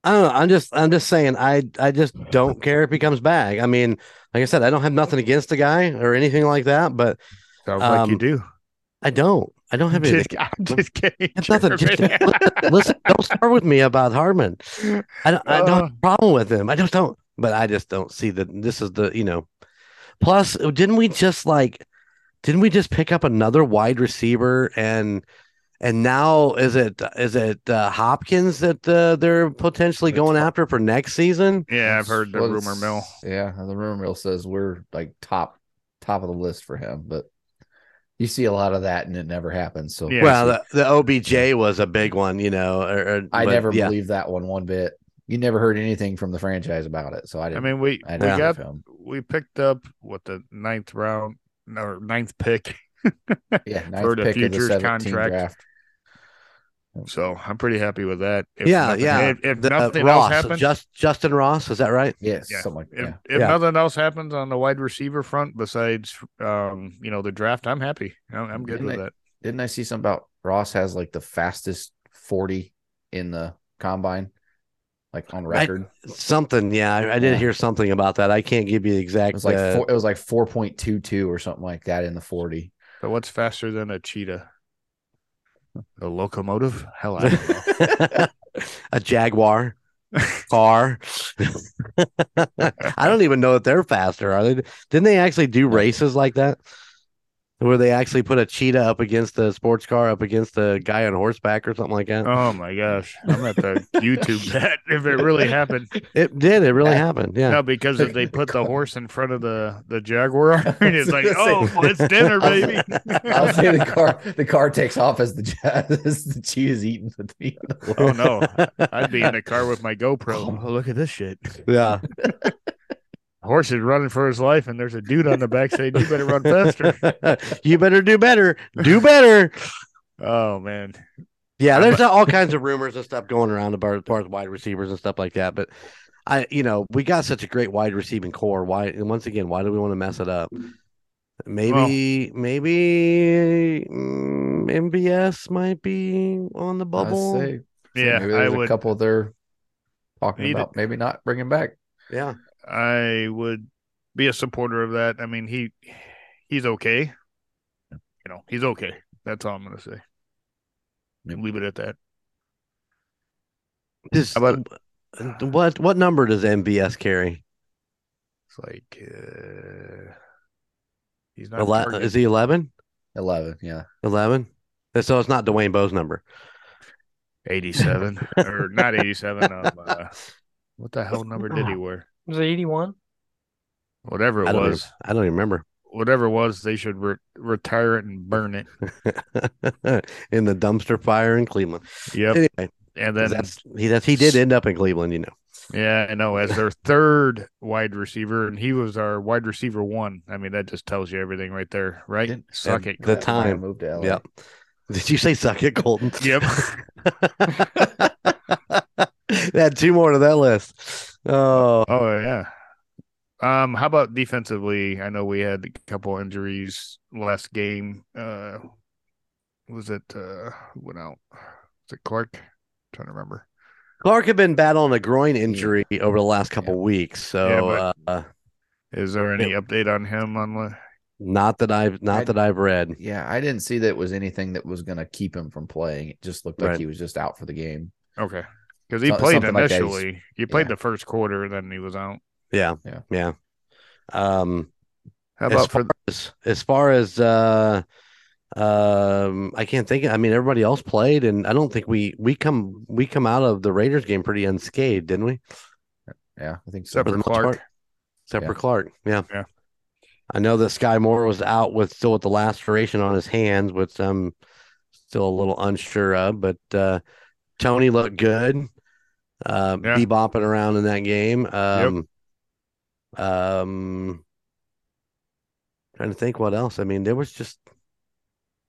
Speaker 1: I don't know. I'm just I'm just saying I I just don't care if he comes back. I mean, like I said, I don't have nothing against the guy or anything like that, but
Speaker 4: Sounds like you
Speaker 1: Um,
Speaker 4: do.
Speaker 1: I don't. I don't have anything.
Speaker 4: Just- I'm just kidding.
Speaker 1: Have nothing, just-
Speaker 4: Jeremy.
Speaker 1: Listen, don't start with me about Hardman. I don't, I don't
Speaker 4: Uh.
Speaker 1: have a problem with him. I just don't. But I just don't see that this is the you know. Plus, didn't we just like, didn't we just pick up another wide receiver and and now is it is it uh, Hopkins that uh, they're potentially
Speaker 3: It's
Speaker 1: going
Speaker 3: Hop-
Speaker 1: after for next season?
Speaker 4: Yeah, I've heard the
Speaker 3: Well,
Speaker 4: rumor mill.
Speaker 3: Yeah, the rumor mill says we're like top top of the list for him, but you see a lot of that and it never happens. So
Speaker 4: Yeah,
Speaker 1: well, the, the OBJ was a big one, you know. Or, or-
Speaker 3: I
Speaker 1: but
Speaker 3: never
Speaker 1: yeah.
Speaker 3: believed that one one bit. You never heard anything from the franchise about it, so I
Speaker 4: I
Speaker 3: didn't.
Speaker 4: mean, we
Speaker 3: I
Speaker 4: we
Speaker 3: didn't
Speaker 4: got
Speaker 3: believe him.
Speaker 4: we picked up what the ninth round or ninth pick.
Speaker 3: Yeah,
Speaker 4: for
Speaker 3: ninth
Speaker 4: the
Speaker 3: pick of the
Speaker 4: futures
Speaker 3: 17
Speaker 4: contract.
Speaker 3: draft.
Speaker 4: So I'm pretty happy with that. If
Speaker 1: yeah,
Speaker 4: nothing,
Speaker 1: yeah.
Speaker 4: If, if
Speaker 1: The, uh,
Speaker 4: nothing
Speaker 1: Ross,
Speaker 4: else happens,
Speaker 1: just Justin Ross, is that right?
Speaker 3: Yes,
Speaker 4: Yeah.
Speaker 3: something like
Speaker 4: if,
Speaker 3: yeah.
Speaker 4: if
Speaker 1: Yeah.
Speaker 4: nothing else happens on the wide receiver front besides, um, you know, the draft, I'm happy. I'm, I'm good
Speaker 3: Didn't
Speaker 4: with
Speaker 3: I-
Speaker 4: that.
Speaker 3: Didn't I see something about Ross has like the fastest forty in the combine, like on record?
Speaker 1: Something, yeah. I, I did
Speaker 3: Yeah.
Speaker 1: hear something about that. I can't give you the
Speaker 3: it
Speaker 1: exact.
Speaker 3: was like
Speaker 1: uh,
Speaker 3: four, it was like four point two two or something like that in the forty.
Speaker 4: So what's faster than a cheetah? A locomotive? Hell, I don't know.
Speaker 1: a Jaguar car. I don't even know if they're faster. Are they? Didn't they actually do races like that? Where they actually put a cheetah up against the sports car, up against a guy on horseback or something like that.
Speaker 4: oh my gosh, I'm gonna have to YouTube that if it really happened.
Speaker 1: It did. It really happened. Yeah.
Speaker 4: No, because if they put the horse in front of the the jaguar, it's like,
Speaker 3: gonna
Speaker 4: oh,
Speaker 3: say-
Speaker 4: well, it's dinner, baby.
Speaker 3: I was saying the car the car takes off as the as the cheetah is eating the meat.
Speaker 4: oh no, I'd be in the car with my GoPro. Oh, look at this shit.
Speaker 1: Yeah.
Speaker 4: Horse is running for his life, and there's a dude on the back saying, "You better run faster."
Speaker 1: you better do better. Do better.
Speaker 4: Oh man,
Speaker 1: Yeah,
Speaker 4: I'm
Speaker 1: there's all kinds of rumors and stuff going around about as far as wide receivers and stuff like that. But I, you know, we got such a great wide receiving core. Why, and once again, why do we want to mess it up? Maybe, maybe mm, MBS might be on the bubble.
Speaker 3: say,
Speaker 4: yeah,
Speaker 3: maybe
Speaker 4: I
Speaker 3: there's a
Speaker 4: would,
Speaker 3: couple they're talking
Speaker 4: Need it.
Speaker 3: about maybe not bringing back.
Speaker 1: Yeah,
Speaker 4: I would be a supporter of that. I mean, he he's okay. You know, he's okay. That's all I'm gonna say.
Speaker 3: Yep.
Speaker 4: Leave it at that.
Speaker 1: Does-
Speaker 4: How
Speaker 1: what what number does MBS carry?
Speaker 4: It's like uh, he's not.
Speaker 1: Ele-
Speaker 4: targeted.
Speaker 1: is he eleven?
Speaker 3: Eleven, yeah.
Speaker 1: Eleven. So it's not Dwayne Bowe's number.
Speaker 4: 87 or not 87 um, uh, what the hell number did he wear
Speaker 2: Was it 81?
Speaker 4: whatever
Speaker 1: I
Speaker 4: it
Speaker 1: don't.
Speaker 4: was
Speaker 1: Even, I don't even remember.
Speaker 4: whatever it was they should re- retire it and burn it
Speaker 1: in the dumpster fire in Cleveland.
Speaker 4: yep
Speaker 1: Anyway,
Speaker 4: and then
Speaker 1: that's he. That's he did end up in Cleveland. You know.
Speaker 4: yeah i know as their third wide receiver and he was our wide receiver one i mean that just tells you everything right there right
Speaker 3: Didn't-
Speaker 4: suck it
Speaker 1: The
Speaker 3: That's why I
Speaker 1: time.
Speaker 3: moved to LA.
Speaker 1: Yep. Did you say suck it, Colton?
Speaker 4: yep
Speaker 1: Add two more to that list. Oh,
Speaker 4: oh yeah Um, how about defensively? I know we had a couple injuries last game. Uh, was it uh who went out? Was it Clark? trying to remember.
Speaker 1: Clark had been battling a groin injury over the last couple
Speaker 3: Yeah.
Speaker 1: weeks, so
Speaker 4: Yeah, but-
Speaker 1: uh,
Speaker 4: Is there any update on him? On the
Speaker 1: not that I've not
Speaker 3: I-
Speaker 1: that I've read.
Speaker 3: Yeah, I didn't see that it was anything that was going to keep him from playing. It just looked like
Speaker 1: Right.
Speaker 3: he was just out for the game.
Speaker 4: okay because he
Speaker 3: So-
Speaker 4: played
Speaker 3: something like that. He's-
Speaker 4: initially. he played
Speaker 3: yeah.
Speaker 4: the first quarter, and then he was out.
Speaker 1: Yeah,
Speaker 3: Yeah.
Speaker 1: yeah. Um,
Speaker 4: How
Speaker 1: As
Speaker 4: about for
Speaker 1: as, as far as uh um I can't think I mean everybody else played and I don't think we we come we come out of the Raiders game pretty unscathed, didn't we?
Speaker 3: Yeah, I think so.
Speaker 4: except
Speaker 1: for the
Speaker 4: for
Speaker 1: most
Speaker 4: Clark?
Speaker 1: part. Except for Clark. Yeah.
Speaker 4: Yeah.
Speaker 1: I know that Sky Moore was out with still with the laceration on his hands, which I'm still a little unsure of, but uh Tony looked good. Uh
Speaker 4: Yeah.
Speaker 1: bebopping around in that game. Um um trying to think what else. I mean, there was just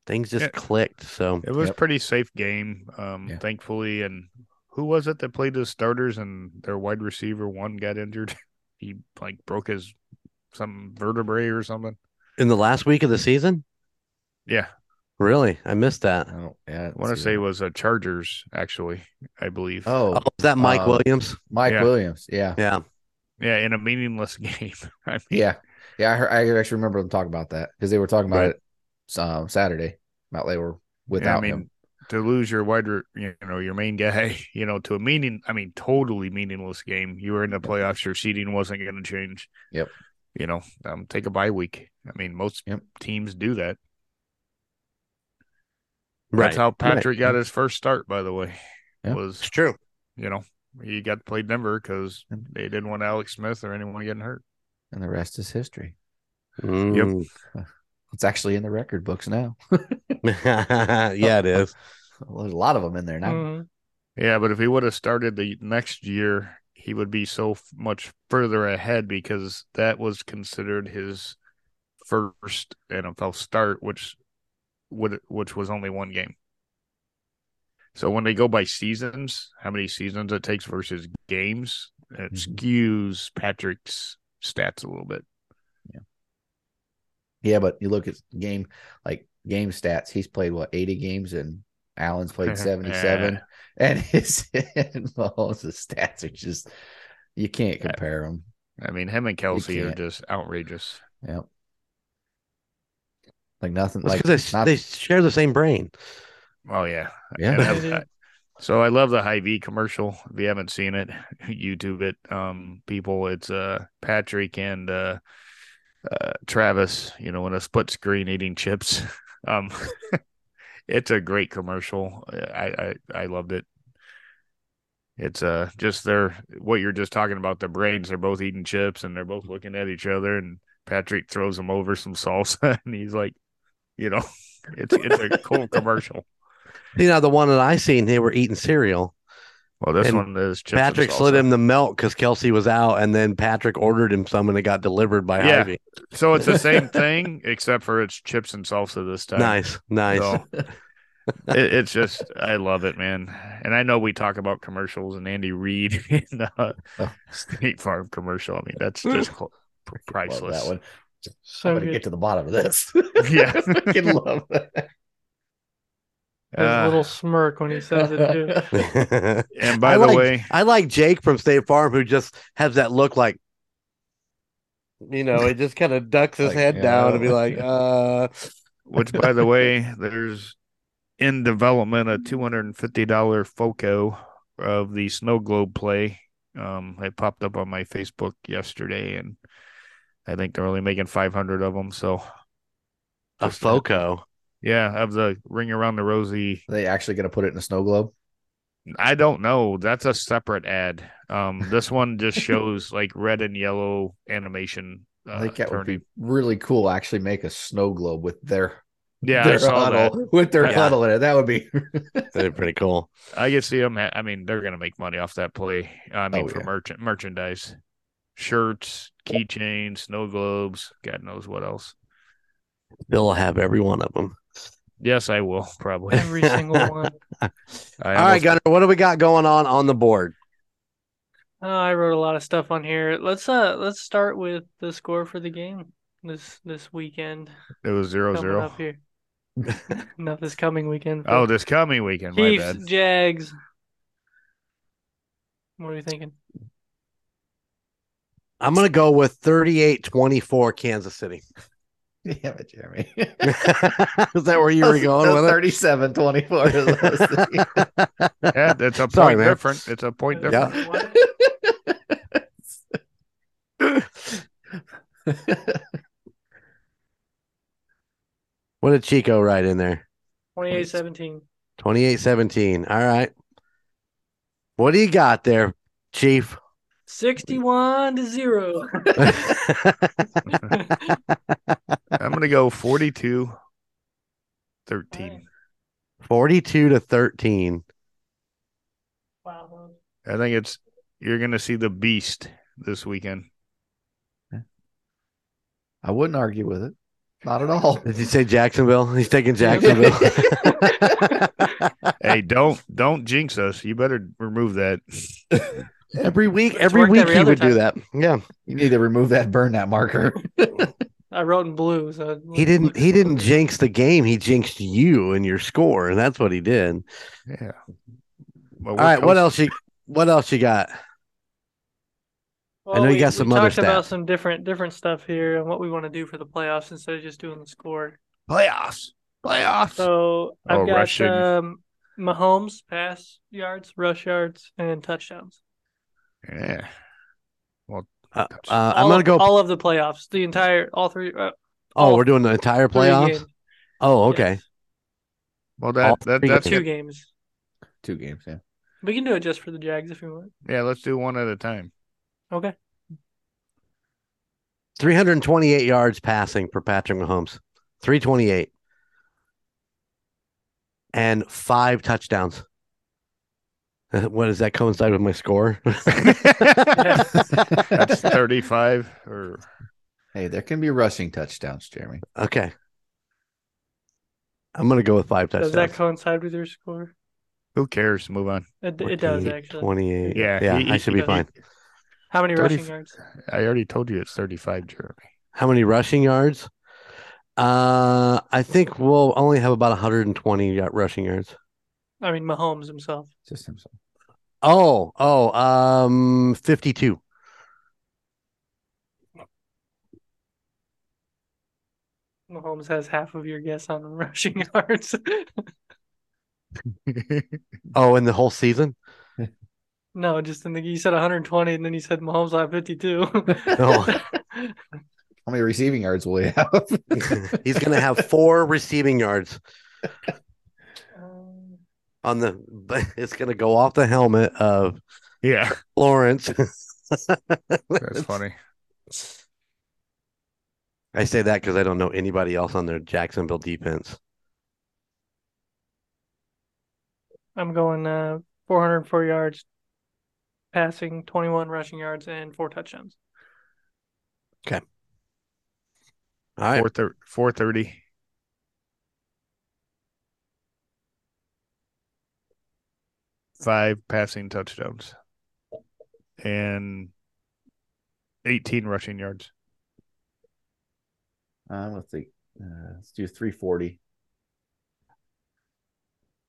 Speaker 1: things just
Speaker 4: Yeah.
Speaker 1: clicked. So
Speaker 4: It was
Speaker 3: Yep.
Speaker 4: pretty safe game, um,
Speaker 3: Yeah.
Speaker 4: thankfully. And who was it that played as starters and their wide receiver one got injured? he like broke his some vertebrae or something.
Speaker 1: in the last week of the season?
Speaker 4: Yeah,
Speaker 1: Really? I missed that.
Speaker 3: I don't- yeah, I
Speaker 4: I
Speaker 3: didn't
Speaker 4: want to
Speaker 3: see
Speaker 4: say
Speaker 3: that.
Speaker 4: it was a Chargers actually, I believe.
Speaker 1: Oh,
Speaker 3: Oh,
Speaker 1: is that Mike
Speaker 3: uh,
Speaker 1: Williams?
Speaker 3: Mike
Speaker 4: yeah.
Speaker 3: Williams. Yeah,
Speaker 1: Yeah.
Speaker 4: yeah, in a meaningless game. I mean,
Speaker 3: yeah, yeah. I, heard, I actually remember them talking about that because they were talking about
Speaker 1: Right.
Speaker 3: it um, Saturday. About they were without
Speaker 4: mean,
Speaker 3: him.
Speaker 4: to lose your wide, re- you know, your main guy, you know, to a meaning, I mean, totally meaningless game. You were in the playoffs. Your seeding wasn't going to change.
Speaker 3: Yep.
Speaker 4: You know, um, take a bye week. I mean, most
Speaker 3: Yep.
Speaker 4: teams do that.
Speaker 1: Right.
Speaker 4: That's how
Speaker 1: Right.
Speaker 4: Patrick got his first start, by the way.
Speaker 3: Yeah.
Speaker 1: It's
Speaker 4: Was
Speaker 1: true.
Speaker 4: you know he got to play Denver because
Speaker 3: Yeah.
Speaker 4: they didn't want Alex Smith or anyone getting hurt.
Speaker 3: And the rest is history.
Speaker 1: Mm.
Speaker 3: It's actually in the record books now.
Speaker 1: yeah, it is.
Speaker 3: Well, There's a lot of them in there now.
Speaker 2: Mhm.
Speaker 4: Yeah, but if he would have started the next year, he would be so f- much further ahead because that was considered his first NFL start, which would which was only one game. So when they go by seasons, how many seasons it takes versus games, it
Speaker 3: Mhm.
Speaker 4: skews Patrick's stats a little bit.
Speaker 3: Yeah, but you look at game like game stats. He's played what eighty games, and Allen's
Speaker 4: Eh,
Speaker 3: played seventy-seven, and his and Mahomes' stats are just you can't
Speaker 4: Yeah.
Speaker 3: compare them.
Speaker 4: I mean, him and Kelsey are
Speaker 3: can't.
Speaker 4: just outrageous.
Speaker 3: Yep. Like nothing.
Speaker 1: It's
Speaker 3: Like
Speaker 1: 'cause they,
Speaker 3: not-
Speaker 1: they share the same brain.
Speaker 4: Oh yeah.
Speaker 3: yeah.
Speaker 4: And I-
Speaker 2: They do.
Speaker 4: so I love the high V commercial. If you haven't seen it, YouTube it. Um, people, it's uh Patrick and uh, uh Travis. You know, in a split screen eating chips. Um, it's a great commercial. I I I loved it. It's uh just their what you're just talking about. The brains are both eating chips and they're both looking at each other. And Patrick throws him over some salsa, and he's like, you know, it's it's a cool commercial.
Speaker 1: You know, the one that I seen, they were eating cereal.
Speaker 4: Well, this
Speaker 1: And
Speaker 4: one is chips and
Speaker 1: Patrick slid
Speaker 4: salsa.
Speaker 1: him the milk because Kelsey was out, and then Patrick ordered him some, and it got delivered by
Speaker 4: Yeah.
Speaker 1: Ivy.
Speaker 4: So it's the same thing, except for it's chips and salsa this time.
Speaker 1: Nice, nice.
Speaker 4: So, it, it's just, I love it, man. And I know we talk about commercials and Andy Reid in the
Speaker 3: Oh.
Speaker 4: State Farm commercial. I mean, that's just cl-
Speaker 3: love
Speaker 4: priceless.
Speaker 3: that one. I'm
Speaker 2: So
Speaker 3: gonna
Speaker 2: good.
Speaker 3: get to the bottom of this.
Speaker 4: Yeah.
Speaker 3: I fucking love that.
Speaker 2: There's
Speaker 4: Uh,
Speaker 2: a little smirk when he says it too.
Speaker 4: and by
Speaker 1: I
Speaker 4: the
Speaker 1: like-
Speaker 4: way,
Speaker 1: I like Jake from State Farm, who just has that look like, you know, it just kind of ducks his
Speaker 3: Like,
Speaker 1: head
Speaker 3: yeah.
Speaker 1: down and be like, uh,
Speaker 4: which by the way, there's in development a two hundred and fifty dollar FOCO of the snow globe play. Um, it popped up on my Facebook yesterday, and I think they're only making five hundred of them. So
Speaker 1: a
Speaker 4: Just- uh,
Speaker 1: foco.
Speaker 4: yeah, of the ring around the rosy.
Speaker 3: Are they actually gonna put it in a snow globe?
Speaker 4: I don't know. That's a separate ad. Um, this one just shows like red and yellow animation. Uh,
Speaker 3: I think that would
Speaker 4: turning.
Speaker 3: be really cool. Actually, make a snow globe with their
Speaker 4: yeah. I
Speaker 3: their
Speaker 4: saw that.
Speaker 3: huddle with their
Speaker 1: Yeah.
Speaker 3: huddle in it. That would be
Speaker 1: They're pretty cool.
Speaker 4: I can see them. I mean, they're gonna make money off that play. I mean,
Speaker 3: Oh,
Speaker 4: for
Speaker 3: yeah.
Speaker 4: merchant merchandise, shirts, keychains, snow globes, God knows what else.
Speaker 1: They'll have every one of them.
Speaker 4: Yes, I will probably.
Speaker 2: Every single one.
Speaker 4: I
Speaker 1: All right,
Speaker 4: almost-
Speaker 1: Gunner, what do we got going on on the board?
Speaker 2: Oh, I wrote a lot of stuff on here. Let's uh let's start with the score for the game this this weekend.
Speaker 4: It was
Speaker 1: Oh,
Speaker 4: zero
Speaker 2: coming
Speaker 4: zero.
Speaker 2: up here. Not this coming weekend.
Speaker 4: Oh,
Speaker 2: but
Speaker 4: this coming weekend. My
Speaker 2: Chiefs,
Speaker 4: bad.
Speaker 2: Jags. What are you thinking?
Speaker 1: I'm going to go with 38 24 Kansas City.
Speaker 3: Yeah, but Jeremy.
Speaker 1: Is that where you were going with it?
Speaker 3: 37 24.
Speaker 4: Yeah, it's a point
Speaker 1: Sorry, man.
Speaker 4: different. It's a point
Speaker 2: Yeah.
Speaker 4: different.
Speaker 2: What?
Speaker 1: What did Chico write in there?
Speaker 2: 28-17.
Speaker 1: 28 17. All right. What do you got there, Chief?
Speaker 2: 61 to 0.
Speaker 4: I'm gonna go 42 13.
Speaker 2: Alright.
Speaker 1: 42 to 13.
Speaker 2: Wow.
Speaker 4: I think it's you're gonna see the beast this weekend.
Speaker 3: I wouldn't argue with it. Not at all.
Speaker 1: Did you say Jacksonville? He's taking Jacksonville.
Speaker 4: hey, don't don't jinx us. You better remove that.
Speaker 1: every week,
Speaker 2: It's
Speaker 1: every
Speaker 2: worked
Speaker 1: week
Speaker 2: every
Speaker 1: he
Speaker 2: other
Speaker 1: would do that. Yeah.
Speaker 3: You need to remove that burn that marker.
Speaker 2: I wrote in blue, so
Speaker 1: He didn't he didn't jinx the game. He jinxed you and your score. And that's what he did.
Speaker 4: Yeah. Well,
Speaker 1: All right. What else you what else you got?
Speaker 2: Well,
Speaker 1: know you
Speaker 2: we-
Speaker 1: got
Speaker 2: we
Speaker 1: some other
Speaker 2: talked about
Speaker 1: stats.
Speaker 2: some different different stuff here and what we want to do for the playoffs instead of just doing the score.
Speaker 4: Playoffs. Playoffs.
Speaker 2: So I've
Speaker 4: Oh,
Speaker 2: got
Speaker 4: rushing.
Speaker 2: um, Mahomes pass yards, rush yards, and touchdowns.
Speaker 4: yeah.
Speaker 1: Uh,
Speaker 4: Touch.
Speaker 1: uh,
Speaker 2: All
Speaker 1: I'm gonna
Speaker 2: of-
Speaker 1: go.
Speaker 2: all of the playoffs, the entire all three.
Speaker 1: oh,
Speaker 2: Uh, all
Speaker 1: we're doing the entire
Speaker 2: three
Speaker 1: playoffs.
Speaker 2: games.
Speaker 1: Oh, okay.
Speaker 2: Yes,
Speaker 4: Well,
Speaker 1: All
Speaker 4: that, that
Speaker 1: three
Speaker 4: that's
Speaker 2: two
Speaker 4: it.
Speaker 2: games.
Speaker 3: Two games, yeah.
Speaker 2: We can do it just for the Jags if you want.
Speaker 4: yeah. Let's do one at a time.
Speaker 2: Okay.
Speaker 1: 328 yards passing for Patrick Mahomes. 328. And five touchdowns. What does that coincide with my score?
Speaker 4: That's 35 or
Speaker 3: Hey, there can be rushing touchdowns, Jeremy.
Speaker 1: okay. I'm going to go with five
Speaker 2: Does
Speaker 1: touchdowns.
Speaker 2: that coincide with your score?
Speaker 4: who cares? Move on.
Speaker 2: It, it does
Speaker 1: 28,
Speaker 2: actually.
Speaker 1: 28.
Speaker 4: Yeah,
Speaker 1: Yeah,
Speaker 4: he-
Speaker 1: I should
Speaker 2: he-
Speaker 1: be
Speaker 2: he-
Speaker 1: fine.
Speaker 2: How many
Speaker 4: 30
Speaker 2: rushing yards?
Speaker 4: I already told you it's 35, Jeremy.
Speaker 1: How many rushing yards? Uh, I think we'll only have about 120 y- rushing yards.
Speaker 2: I mean Mahomes himself.
Speaker 3: Just himself.
Speaker 1: Oh, oh, um, 52.
Speaker 2: Mahomes has half of your guess on rushing yards.
Speaker 1: Oh, in the whole season?
Speaker 2: no, just in the you said 120, and then you said Mahomes will have 52.
Speaker 1: No.
Speaker 3: How many receiving yards will he have?
Speaker 1: He's going to have four receiving yards
Speaker 2: Um,
Speaker 1: on the. but It's going to go off the helmet of
Speaker 4: yeah.
Speaker 1: Lawrence.
Speaker 4: That's funny.
Speaker 1: I say that because I don't know anybody else on their Jacksonville defense.
Speaker 2: I'm going uh, 404 yards passing, 21 rushing yards, and four touchdowns.
Speaker 1: All right.
Speaker 4: 430, 430. Five passing touchdowns and 18 rushing yards.
Speaker 3: I'm with the uh, let's do 340.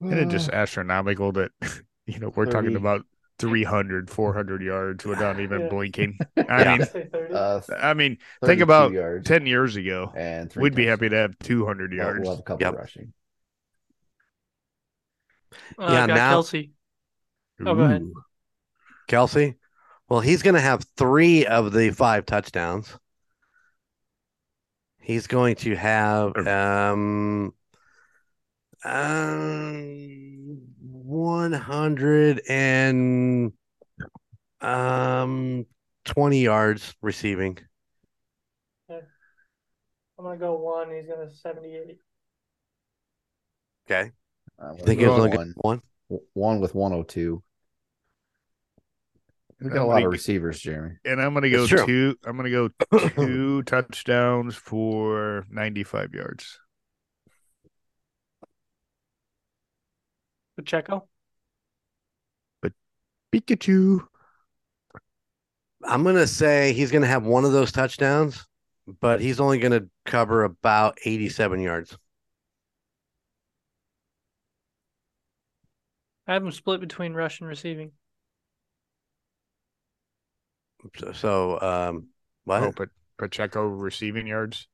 Speaker 4: Isn't it
Speaker 1: Uh.
Speaker 4: just astronomical that, you know, we're talking
Speaker 3: 30.
Speaker 4: about 300, 400 yards without even
Speaker 2: Yeah.
Speaker 4: blinking? I mean,
Speaker 2: Say 30.
Speaker 3: uh,
Speaker 4: I mean,
Speaker 3: 32
Speaker 4: about
Speaker 3: yards
Speaker 4: 10 years ago,
Speaker 3: and three
Speaker 4: we'd be
Speaker 3: touchdowns.
Speaker 4: happy to have 200 yards.
Speaker 3: We'll have a couple
Speaker 1: Yep.
Speaker 3: rushing.
Speaker 2: Uh,
Speaker 1: yeah,
Speaker 2: I've got
Speaker 1: now-
Speaker 2: Kelsey. Oh, go ahead.
Speaker 4: Ooh.
Speaker 1: Kelsey? Well, he's going to have three of the five touchdowns. He's going to have um, um 100 and um 20 yards receiving.
Speaker 2: I'm gonna go one. He's gonna 78.
Speaker 1: Okay.
Speaker 3: Uh,
Speaker 1: You think
Speaker 3: we're
Speaker 1: he's
Speaker 3: going
Speaker 1: only gonna
Speaker 3: one,
Speaker 1: get one?
Speaker 3: one with 102. We got
Speaker 4: I'm
Speaker 3: a lot
Speaker 4: gonna
Speaker 3: of
Speaker 4: g-
Speaker 3: receivers, Jeremy.
Speaker 4: and I'm gonna go
Speaker 1: It's true.
Speaker 4: two. I'm gonna go two touchdowns for 95 yards.
Speaker 2: Pacheco.
Speaker 4: Pikachu.
Speaker 1: I'm gonna say he's gonna have one of those touchdowns, but he's only gonna cover about 87 yards.
Speaker 2: I have them split between rush and receiving.
Speaker 1: So, so um, what?
Speaker 4: Oh, but Pacheco receiving yards.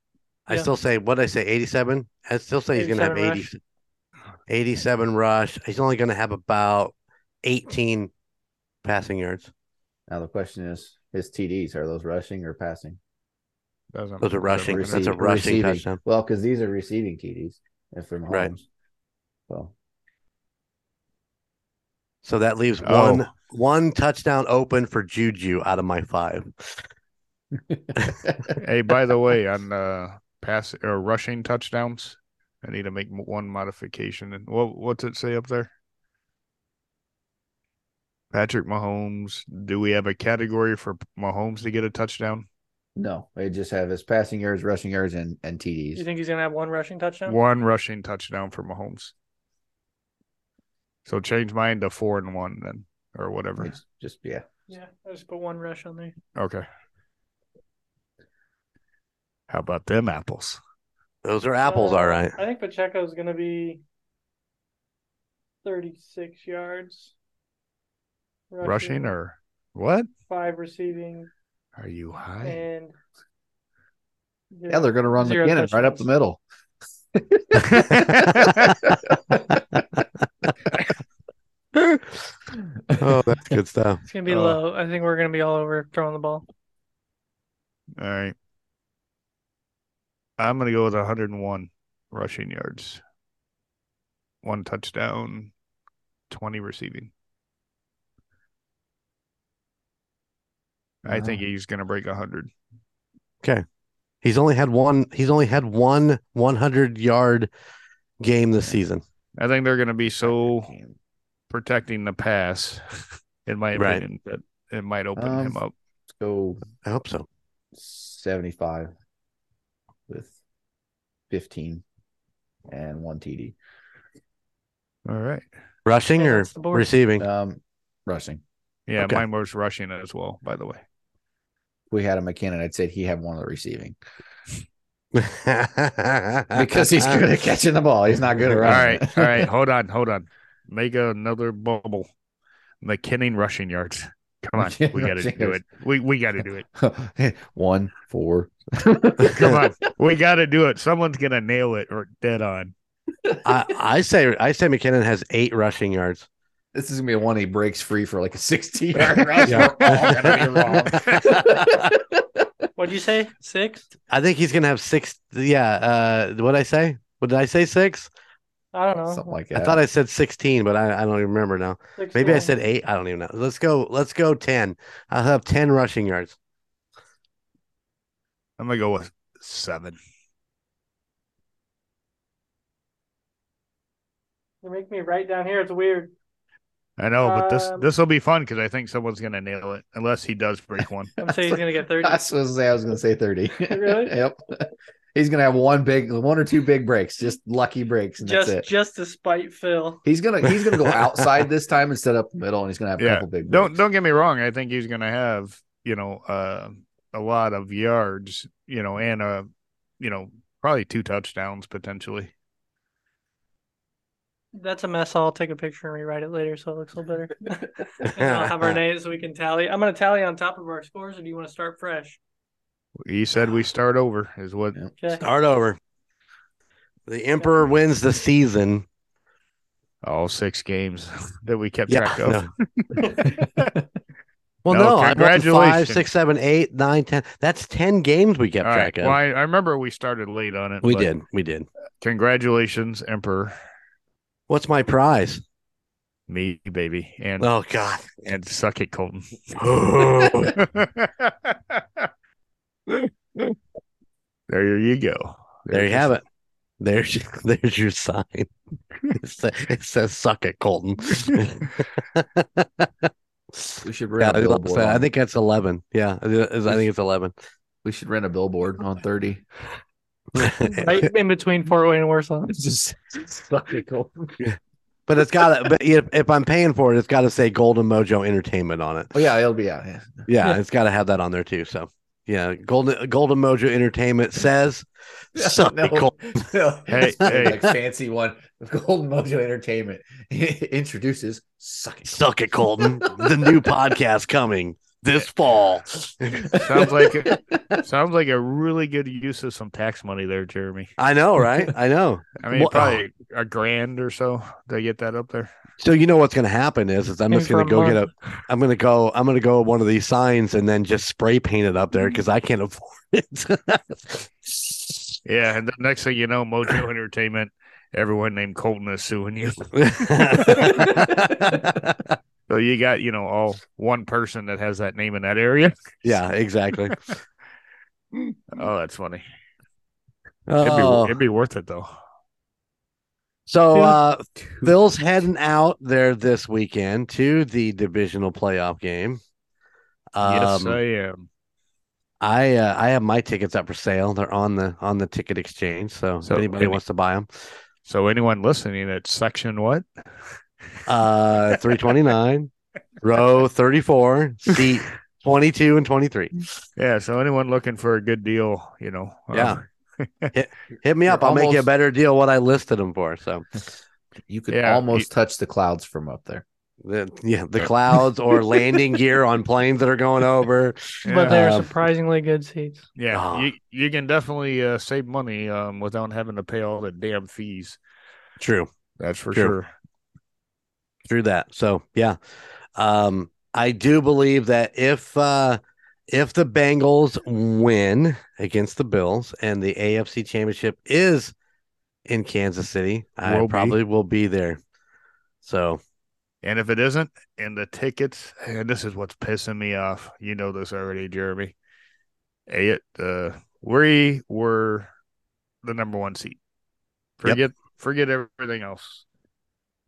Speaker 1: I
Speaker 2: yeah.
Speaker 1: still say what did I say 87. I still say he's gonna have 80,
Speaker 2: 87 rush.
Speaker 1: 87 rush. He's only gonna have about 18 passing yards.
Speaker 3: Now the question is, his TDs are those rushing or passing?
Speaker 4: Doesn't
Speaker 1: Those are
Speaker 4: doesn't
Speaker 1: rushing.
Speaker 4: matter.
Speaker 1: That's a rushing
Speaker 3: Receiving.
Speaker 1: touchdown.
Speaker 3: Well, because these are receiving TDs if they're Mahomes.
Speaker 1: Right.
Speaker 3: So
Speaker 1: So that leaves
Speaker 4: Oh.
Speaker 1: one one touchdown open for Juju out of my five.
Speaker 4: hey, by the way, on uh, pass or rushing touchdowns, I need to make mo- one modification. And what what's it say up there? Patrick Mahomes. Do we have a category for Mahomes to get a touchdown?
Speaker 3: no, they just have his passing yards, rushing yards, and and
Speaker 2: You
Speaker 3: TDs.
Speaker 2: think he's gonna have one rushing touchdown?
Speaker 4: One rushing touchdown for Mahomes. So change mine to four and one then, or whatever.
Speaker 3: It's Just yeah.
Speaker 2: Yeah, I just put one rush on there.
Speaker 4: Okay. How about them apples?
Speaker 1: Those are apples,
Speaker 2: Uh,
Speaker 1: all right.
Speaker 2: I think Pacheco's gonna be thirty-six yards.
Speaker 4: Rushing or what?
Speaker 2: five receiving
Speaker 4: Are you high?
Speaker 2: and
Speaker 3: Yeah, they're going to run
Speaker 2: Zero
Speaker 3: McKinnon right up the
Speaker 2: touchdowns.
Speaker 3: middle.
Speaker 1: oh, that's good stuff.
Speaker 2: it's gonna be
Speaker 4: Oh.
Speaker 2: low. I think we're gonna be all over throwing the ball.
Speaker 4: All right. I'm going to go with 101 rushing yards, one touchdown, 20 receiving. I think
Speaker 3: Wow.
Speaker 4: he's going to break 100.
Speaker 1: He's only had one. He's only had one 100 yard game this season.
Speaker 4: I think they're going to be so protecting the pass, in my
Speaker 1: Right.
Speaker 4: opinion, that it might open
Speaker 3: Um,
Speaker 4: him up.
Speaker 3: go
Speaker 1: I hope so.
Speaker 3: seventy-five with fifteen and one TD.
Speaker 4: All right.
Speaker 1: Rushing
Speaker 2: Yeah,
Speaker 1: or
Speaker 2: that's the board.
Speaker 1: receiving?
Speaker 3: Um, rushing.
Speaker 4: Yeah,
Speaker 1: Okay.
Speaker 4: mine was rushing as well, by the way.
Speaker 3: If we had a McKinnon, I'd say he had one of the receiving because he's good at catching the ball. He's not good at
Speaker 4: All
Speaker 3: running.
Speaker 4: right, all right. Hold on, hold on. Make another bubble. McKinnon rushing yards. Come on, we got to
Speaker 3: Rushing
Speaker 4: do it. We we got to do it.
Speaker 3: right. one, four.
Speaker 4: Come on, we got to do it. Someone's gonna nail it or dead on.
Speaker 1: I, I say I say McKinnon has eight rushing yards.
Speaker 3: This is gonna be a one he breaks free for like a 60 yard rush.
Speaker 1: Yeah.
Speaker 4: Oh,
Speaker 3: We're all gonna be wrong.
Speaker 2: What'd you say? Six?
Speaker 1: I think he's gonna have six. Yeah. Uh, what I say? What did I say? Six?
Speaker 2: I don't know.
Speaker 3: Something like that.
Speaker 1: I thought I said sixteen, but I, I don't even remember now.
Speaker 2: Six
Speaker 1: Maybe I
Speaker 2: more.
Speaker 1: said eight. I don't even know. Let's go. Let's go ten. I'll have ten rushing yards.
Speaker 4: I'm gonna go with seven.
Speaker 2: You make me write down here. It's weird.
Speaker 4: I know, but this
Speaker 2: Um,
Speaker 4: this will be fun because I think someone's gonna nail it unless he does break one.
Speaker 2: I'm saying he's gonna get thirty.
Speaker 3: That's what I was gonna say. I was gonna say 30.
Speaker 2: Really?
Speaker 3: yep. He's gonna have one big one or two big breaks, just lucky breaks, and
Speaker 2: just
Speaker 3: that's it.
Speaker 2: just to spite Phil.
Speaker 3: He's gonna he's gonna go outside this time instead up the middle, and he's gonna have a
Speaker 4: Yeah.
Speaker 3: couple big
Speaker 4: Don't
Speaker 3: breaks.
Speaker 4: don't get me wrong. I think he's gonna have you know uh, a lot of yards, you know, and uh you know probably two touchdowns potentially.
Speaker 2: That's a mess. I'll take a picture and rewrite it later so it looks a little better. and I'll have our names so we can tally. I'm gonna tally on top of our scores, or do you want to start fresh?
Speaker 4: He said we start over is what
Speaker 2: Okay.
Speaker 1: Start over. The Emperor wins the season.
Speaker 4: all six games that we kept track of.
Speaker 1: no. well,
Speaker 4: No,
Speaker 1: no, I went to five,
Speaker 4: congratulations.
Speaker 1: six, seven, eight, nine, ten. That's ten games we kept
Speaker 4: All right.
Speaker 1: track of.
Speaker 4: Well, I, I remember we started late on it.
Speaker 1: we
Speaker 4: but
Speaker 1: did. We did.
Speaker 4: Congratulations, Emperor,
Speaker 1: What's my prize?
Speaker 4: me, baby, and
Speaker 1: Oh God.
Speaker 4: and suck it, Colton. there you go.
Speaker 1: There you have it. There's your, there's your sign. It sa- it says "suck it, Colton."
Speaker 3: we should
Speaker 1: yeah,
Speaker 3: rent
Speaker 1: I
Speaker 3: a
Speaker 1: love
Speaker 3: billboard.
Speaker 1: that. I
Speaker 3: on-
Speaker 1: think that's eleven. Yeah, I thi- I think it's eleven.
Speaker 3: we should rent a billboard on 30.
Speaker 2: Right in between Fort Wayne and Warsaw.
Speaker 3: It's just suck it, Cole.
Speaker 1: But it's got to, but if, if I'm paying for it, it's got to say Golden Mojo Entertainment on it.
Speaker 3: Oh yeah, it'll be out. Yeah.
Speaker 1: Yeah,
Speaker 2: Yeah.
Speaker 1: it's got to have that on there too. So, yeah, Golden Golden Mojo Entertainment says something
Speaker 3: No.
Speaker 1: cool.
Speaker 3: No.
Speaker 4: Hey, hey.
Speaker 3: Like fancy one. Golden Mojo Entertainment introduces Suck It.
Speaker 1: Suck it, Colton. the new podcast coming this fall.
Speaker 4: Sounds like it. Sounds like a really good use of some tax money there, Jeremy.
Speaker 1: I know, right? I know.
Speaker 4: I mean,
Speaker 1: Well, uh,
Speaker 4: probably a grand or so to get that up there.
Speaker 1: So you know what's going to happen is, is I'm
Speaker 2: Maybe
Speaker 1: just
Speaker 2: for
Speaker 1: going to go
Speaker 2: a
Speaker 1: get a.
Speaker 2: month.
Speaker 1: I'm going to go. I'm going to go one of these signs and then just spray paint it up there because I can't afford it.
Speaker 4: Yeah, and the next thing you know, Mojo Entertainment, everyone named Colton is suing you. So you got you know all one person that has that name in that area.
Speaker 1: yeah, exactly.
Speaker 4: Oh, that's funny. It'd be,
Speaker 1: Oh.
Speaker 4: it'd be worth it though.
Speaker 1: So
Speaker 2: Yeah.
Speaker 1: uh Phil's heading out there this weekend to the divisional playoff game.
Speaker 4: yes,
Speaker 1: Um,
Speaker 4: I am.
Speaker 1: I uh, I have my tickets up for sale. They're on the on the ticket exchange. So,
Speaker 4: So
Speaker 1: if anybody
Speaker 4: any-
Speaker 1: wants to buy them,
Speaker 4: So anyone listening, it's section what?
Speaker 1: uh, three twenty nine, row thirty four, seat twenty two and twenty three.
Speaker 4: Yeah. So anyone looking for a good deal, you know. uh,
Speaker 1: Yeah. Hit me
Speaker 3: You're
Speaker 1: up. I'll make you a
Speaker 3: almost-
Speaker 1: better deal. What I listed them for. So
Speaker 3: You could
Speaker 4: Yeah,
Speaker 3: almost
Speaker 4: you-
Speaker 3: touch the clouds from up there.
Speaker 1: the, yeah, the clouds or landing gear on planes that are going over.
Speaker 4: yeah.
Speaker 2: But they are
Speaker 1: Um,
Speaker 2: surprisingly good seats.
Speaker 4: Yeah,
Speaker 1: Ah.
Speaker 4: you you can definitely uh, save money um, without having to pay all the damn fees.
Speaker 1: True.
Speaker 4: That's for
Speaker 1: Sure.
Speaker 4: sure.
Speaker 1: through that. So yeah, um, I do believe that if uh, if the Bengals win against the Bills and the AFC Championship is in Kansas City, I
Speaker 4: Will be.
Speaker 1: probably will be there. So
Speaker 4: And if it isn't, and the tickets, and this is what's pissing me off. You know this already, Jeremy. A- uh, we were the number one seat.
Speaker 1: Yep.
Speaker 4: Forget forget everything else.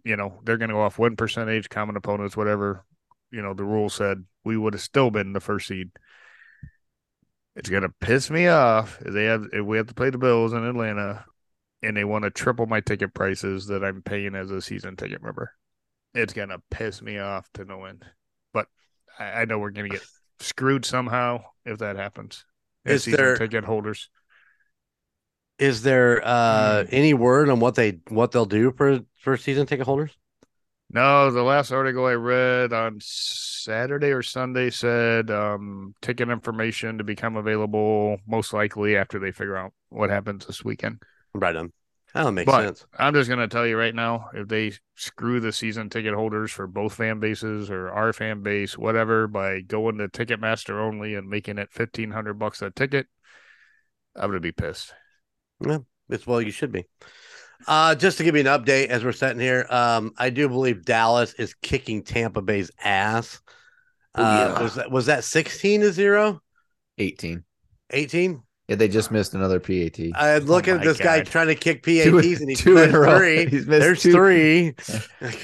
Speaker 4: You know they're going to go off win percentage, common opponents, whatever. You know the rule said we would have still been the first seed. It's going to piss me off if they have if we have to play the Bills in Atlanta, and they want to triple my ticket prices that I'm paying as a season ticket member it's gonna piss me off to no end. But I, I know we're gonna get screwed somehow if that happens. As
Speaker 1: Is
Speaker 4: season
Speaker 1: there-
Speaker 4: ticket holders?
Speaker 1: is there uh,
Speaker 4: Hmm.
Speaker 1: any word on what they what they'll do for for season ticket holders?
Speaker 4: No, the last article I read on Saturday or Sunday said um, ticket information to become available most likely after they figure out what happens this weekend.
Speaker 1: Right on. That makes
Speaker 4: But-
Speaker 1: sense.
Speaker 4: I'm just gonna tell you right now, if they screw the season ticket holders for both fan bases or our fan base, whatever, by going to Ticketmaster only and making it fifteen hundred bucks a ticket, I'm gonna be pissed.
Speaker 1: It's well, you should be. Uh, just to give you an update as we're sitting here, um, I do believe Dallas is kicking Tampa Bay's ass.
Speaker 3: Oh,
Speaker 1: Uh,
Speaker 3: Booyah.
Speaker 1: was that was that 16 to 0?
Speaker 3: 18.
Speaker 1: 18?
Speaker 3: Yeah, they just missed another PAT.
Speaker 1: I look
Speaker 4: Oh
Speaker 1: at
Speaker 4: my
Speaker 1: this guy
Speaker 4: God.
Speaker 1: trying to kick PATs
Speaker 3: Two-
Speaker 1: and he
Speaker 3: two in
Speaker 1: missed
Speaker 3: a row.
Speaker 1: three.
Speaker 3: He's missed
Speaker 1: There's
Speaker 3: two.
Speaker 1: three.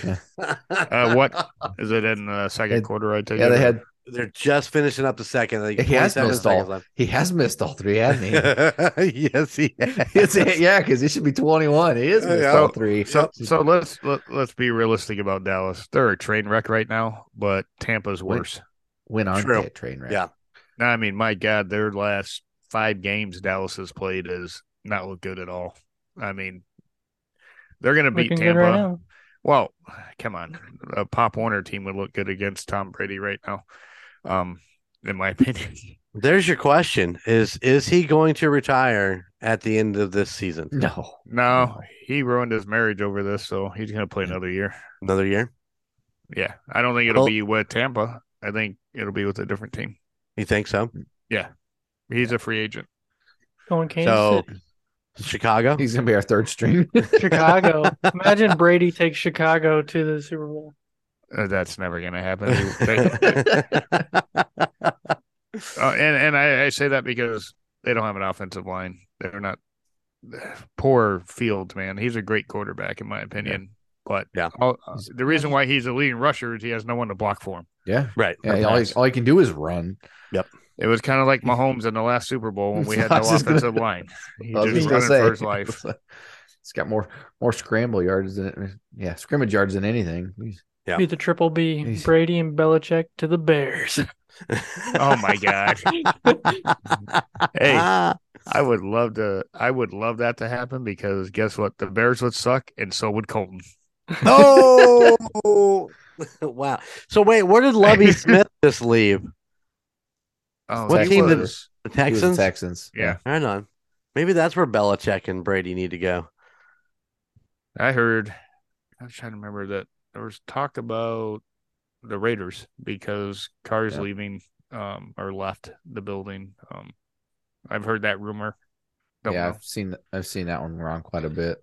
Speaker 4: Uh, what is it in the second
Speaker 3: It-
Speaker 4: quarter? I take
Speaker 3: Yeah,
Speaker 4: it?
Speaker 3: they had.
Speaker 1: They're just finishing up the second. Like
Speaker 3: He has
Speaker 1: 27
Speaker 3: missed all.
Speaker 1: seconds
Speaker 3: He has missed all three, hasn't he?
Speaker 1: left. yes, he
Speaker 3: It's
Speaker 1: has.
Speaker 3: yeah, because he should be 21. He is missed
Speaker 1: Yeah.
Speaker 3: all three.
Speaker 4: So so let's let, let's be realistic about Dallas. They're a train wreck right now, but Tampa's
Speaker 3: Wait.
Speaker 4: worse.
Speaker 3: went on
Speaker 1: True.
Speaker 3: that train wreck.
Speaker 1: Yeah.
Speaker 4: I mean, my God, their last five games Dallas has played has not looked good at all. I mean, they're gonna beat
Speaker 2: Looking good
Speaker 4: Tampa.
Speaker 2: right now.
Speaker 4: Well, come on. A Pop Warner team would look good against Tom Brady right now, um, in my opinion.
Speaker 1: There's your question: Is is he going to retire at the end of this season?
Speaker 3: No.
Speaker 4: No, he ruined his marriage over this, so he's going to play another year.
Speaker 1: Another year?
Speaker 4: Yeah. I don't think it'll
Speaker 1: Well-
Speaker 4: be with Tampa. I think it'll be with a different team.
Speaker 1: You think so?
Speaker 4: He's a free agent.
Speaker 2: Going Kansas
Speaker 1: So-
Speaker 2: City.
Speaker 1: Chicago.
Speaker 3: He's gonna be our third string.
Speaker 2: Chicago. Imagine Brady takes Chicago to the Super Bowl.
Speaker 4: Uh, that's never going to happen. They- Uh, and and I, I say that because they don't have an offensive line. They're not poor Fields, man. He's a great quarterback in my opinion. But
Speaker 1: Yeah.
Speaker 4: all- uh, the reason why he's a leading rusher is he has no one to block for him.
Speaker 3: yeah.
Speaker 1: right.
Speaker 3: Yeah, all, he, all he can do is run.
Speaker 4: It was kind of like Mahomes in the last Super Bowl when we had
Speaker 3: I
Speaker 4: no
Speaker 3: was just gonna-
Speaker 4: offensive line. He
Speaker 3: I was
Speaker 4: just
Speaker 3: just gonna
Speaker 4: running for his
Speaker 3: say.
Speaker 4: life.
Speaker 3: It's got more more scramble yards than yeah scrimmage yards than anything. He's-
Speaker 1: Yeah.
Speaker 2: Be the triple B,
Speaker 3: He's-
Speaker 2: Brady and Belichick to the Bears.
Speaker 4: Oh my god! hey,
Speaker 1: Ah,
Speaker 4: I would love to. I would love that to happen because guess what? The Bears would suck, and so would Colton.
Speaker 1: oh, wow. So wait, where did Lovey Smith just leave?
Speaker 4: Oh,
Speaker 1: What
Speaker 4: he
Speaker 1: team did-
Speaker 4: was-
Speaker 1: The
Speaker 3: he was
Speaker 1: Texans.
Speaker 3: the Texans.
Speaker 4: Yeah.
Speaker 1: Right on. Maybe that's where Belichick and Brady need to go.
Speaker 4: I heard. I was trying to remember that there was talk about the Raiders because cars
Speaker 3: Yeah.
Speaker 4: leaving um or left the building. Um, I've heard that rumor.
Speaker 3: Yeah,
Speaker 4: Don't know.
Speaker 3: I've seen I've seen that one wrong quite a bit.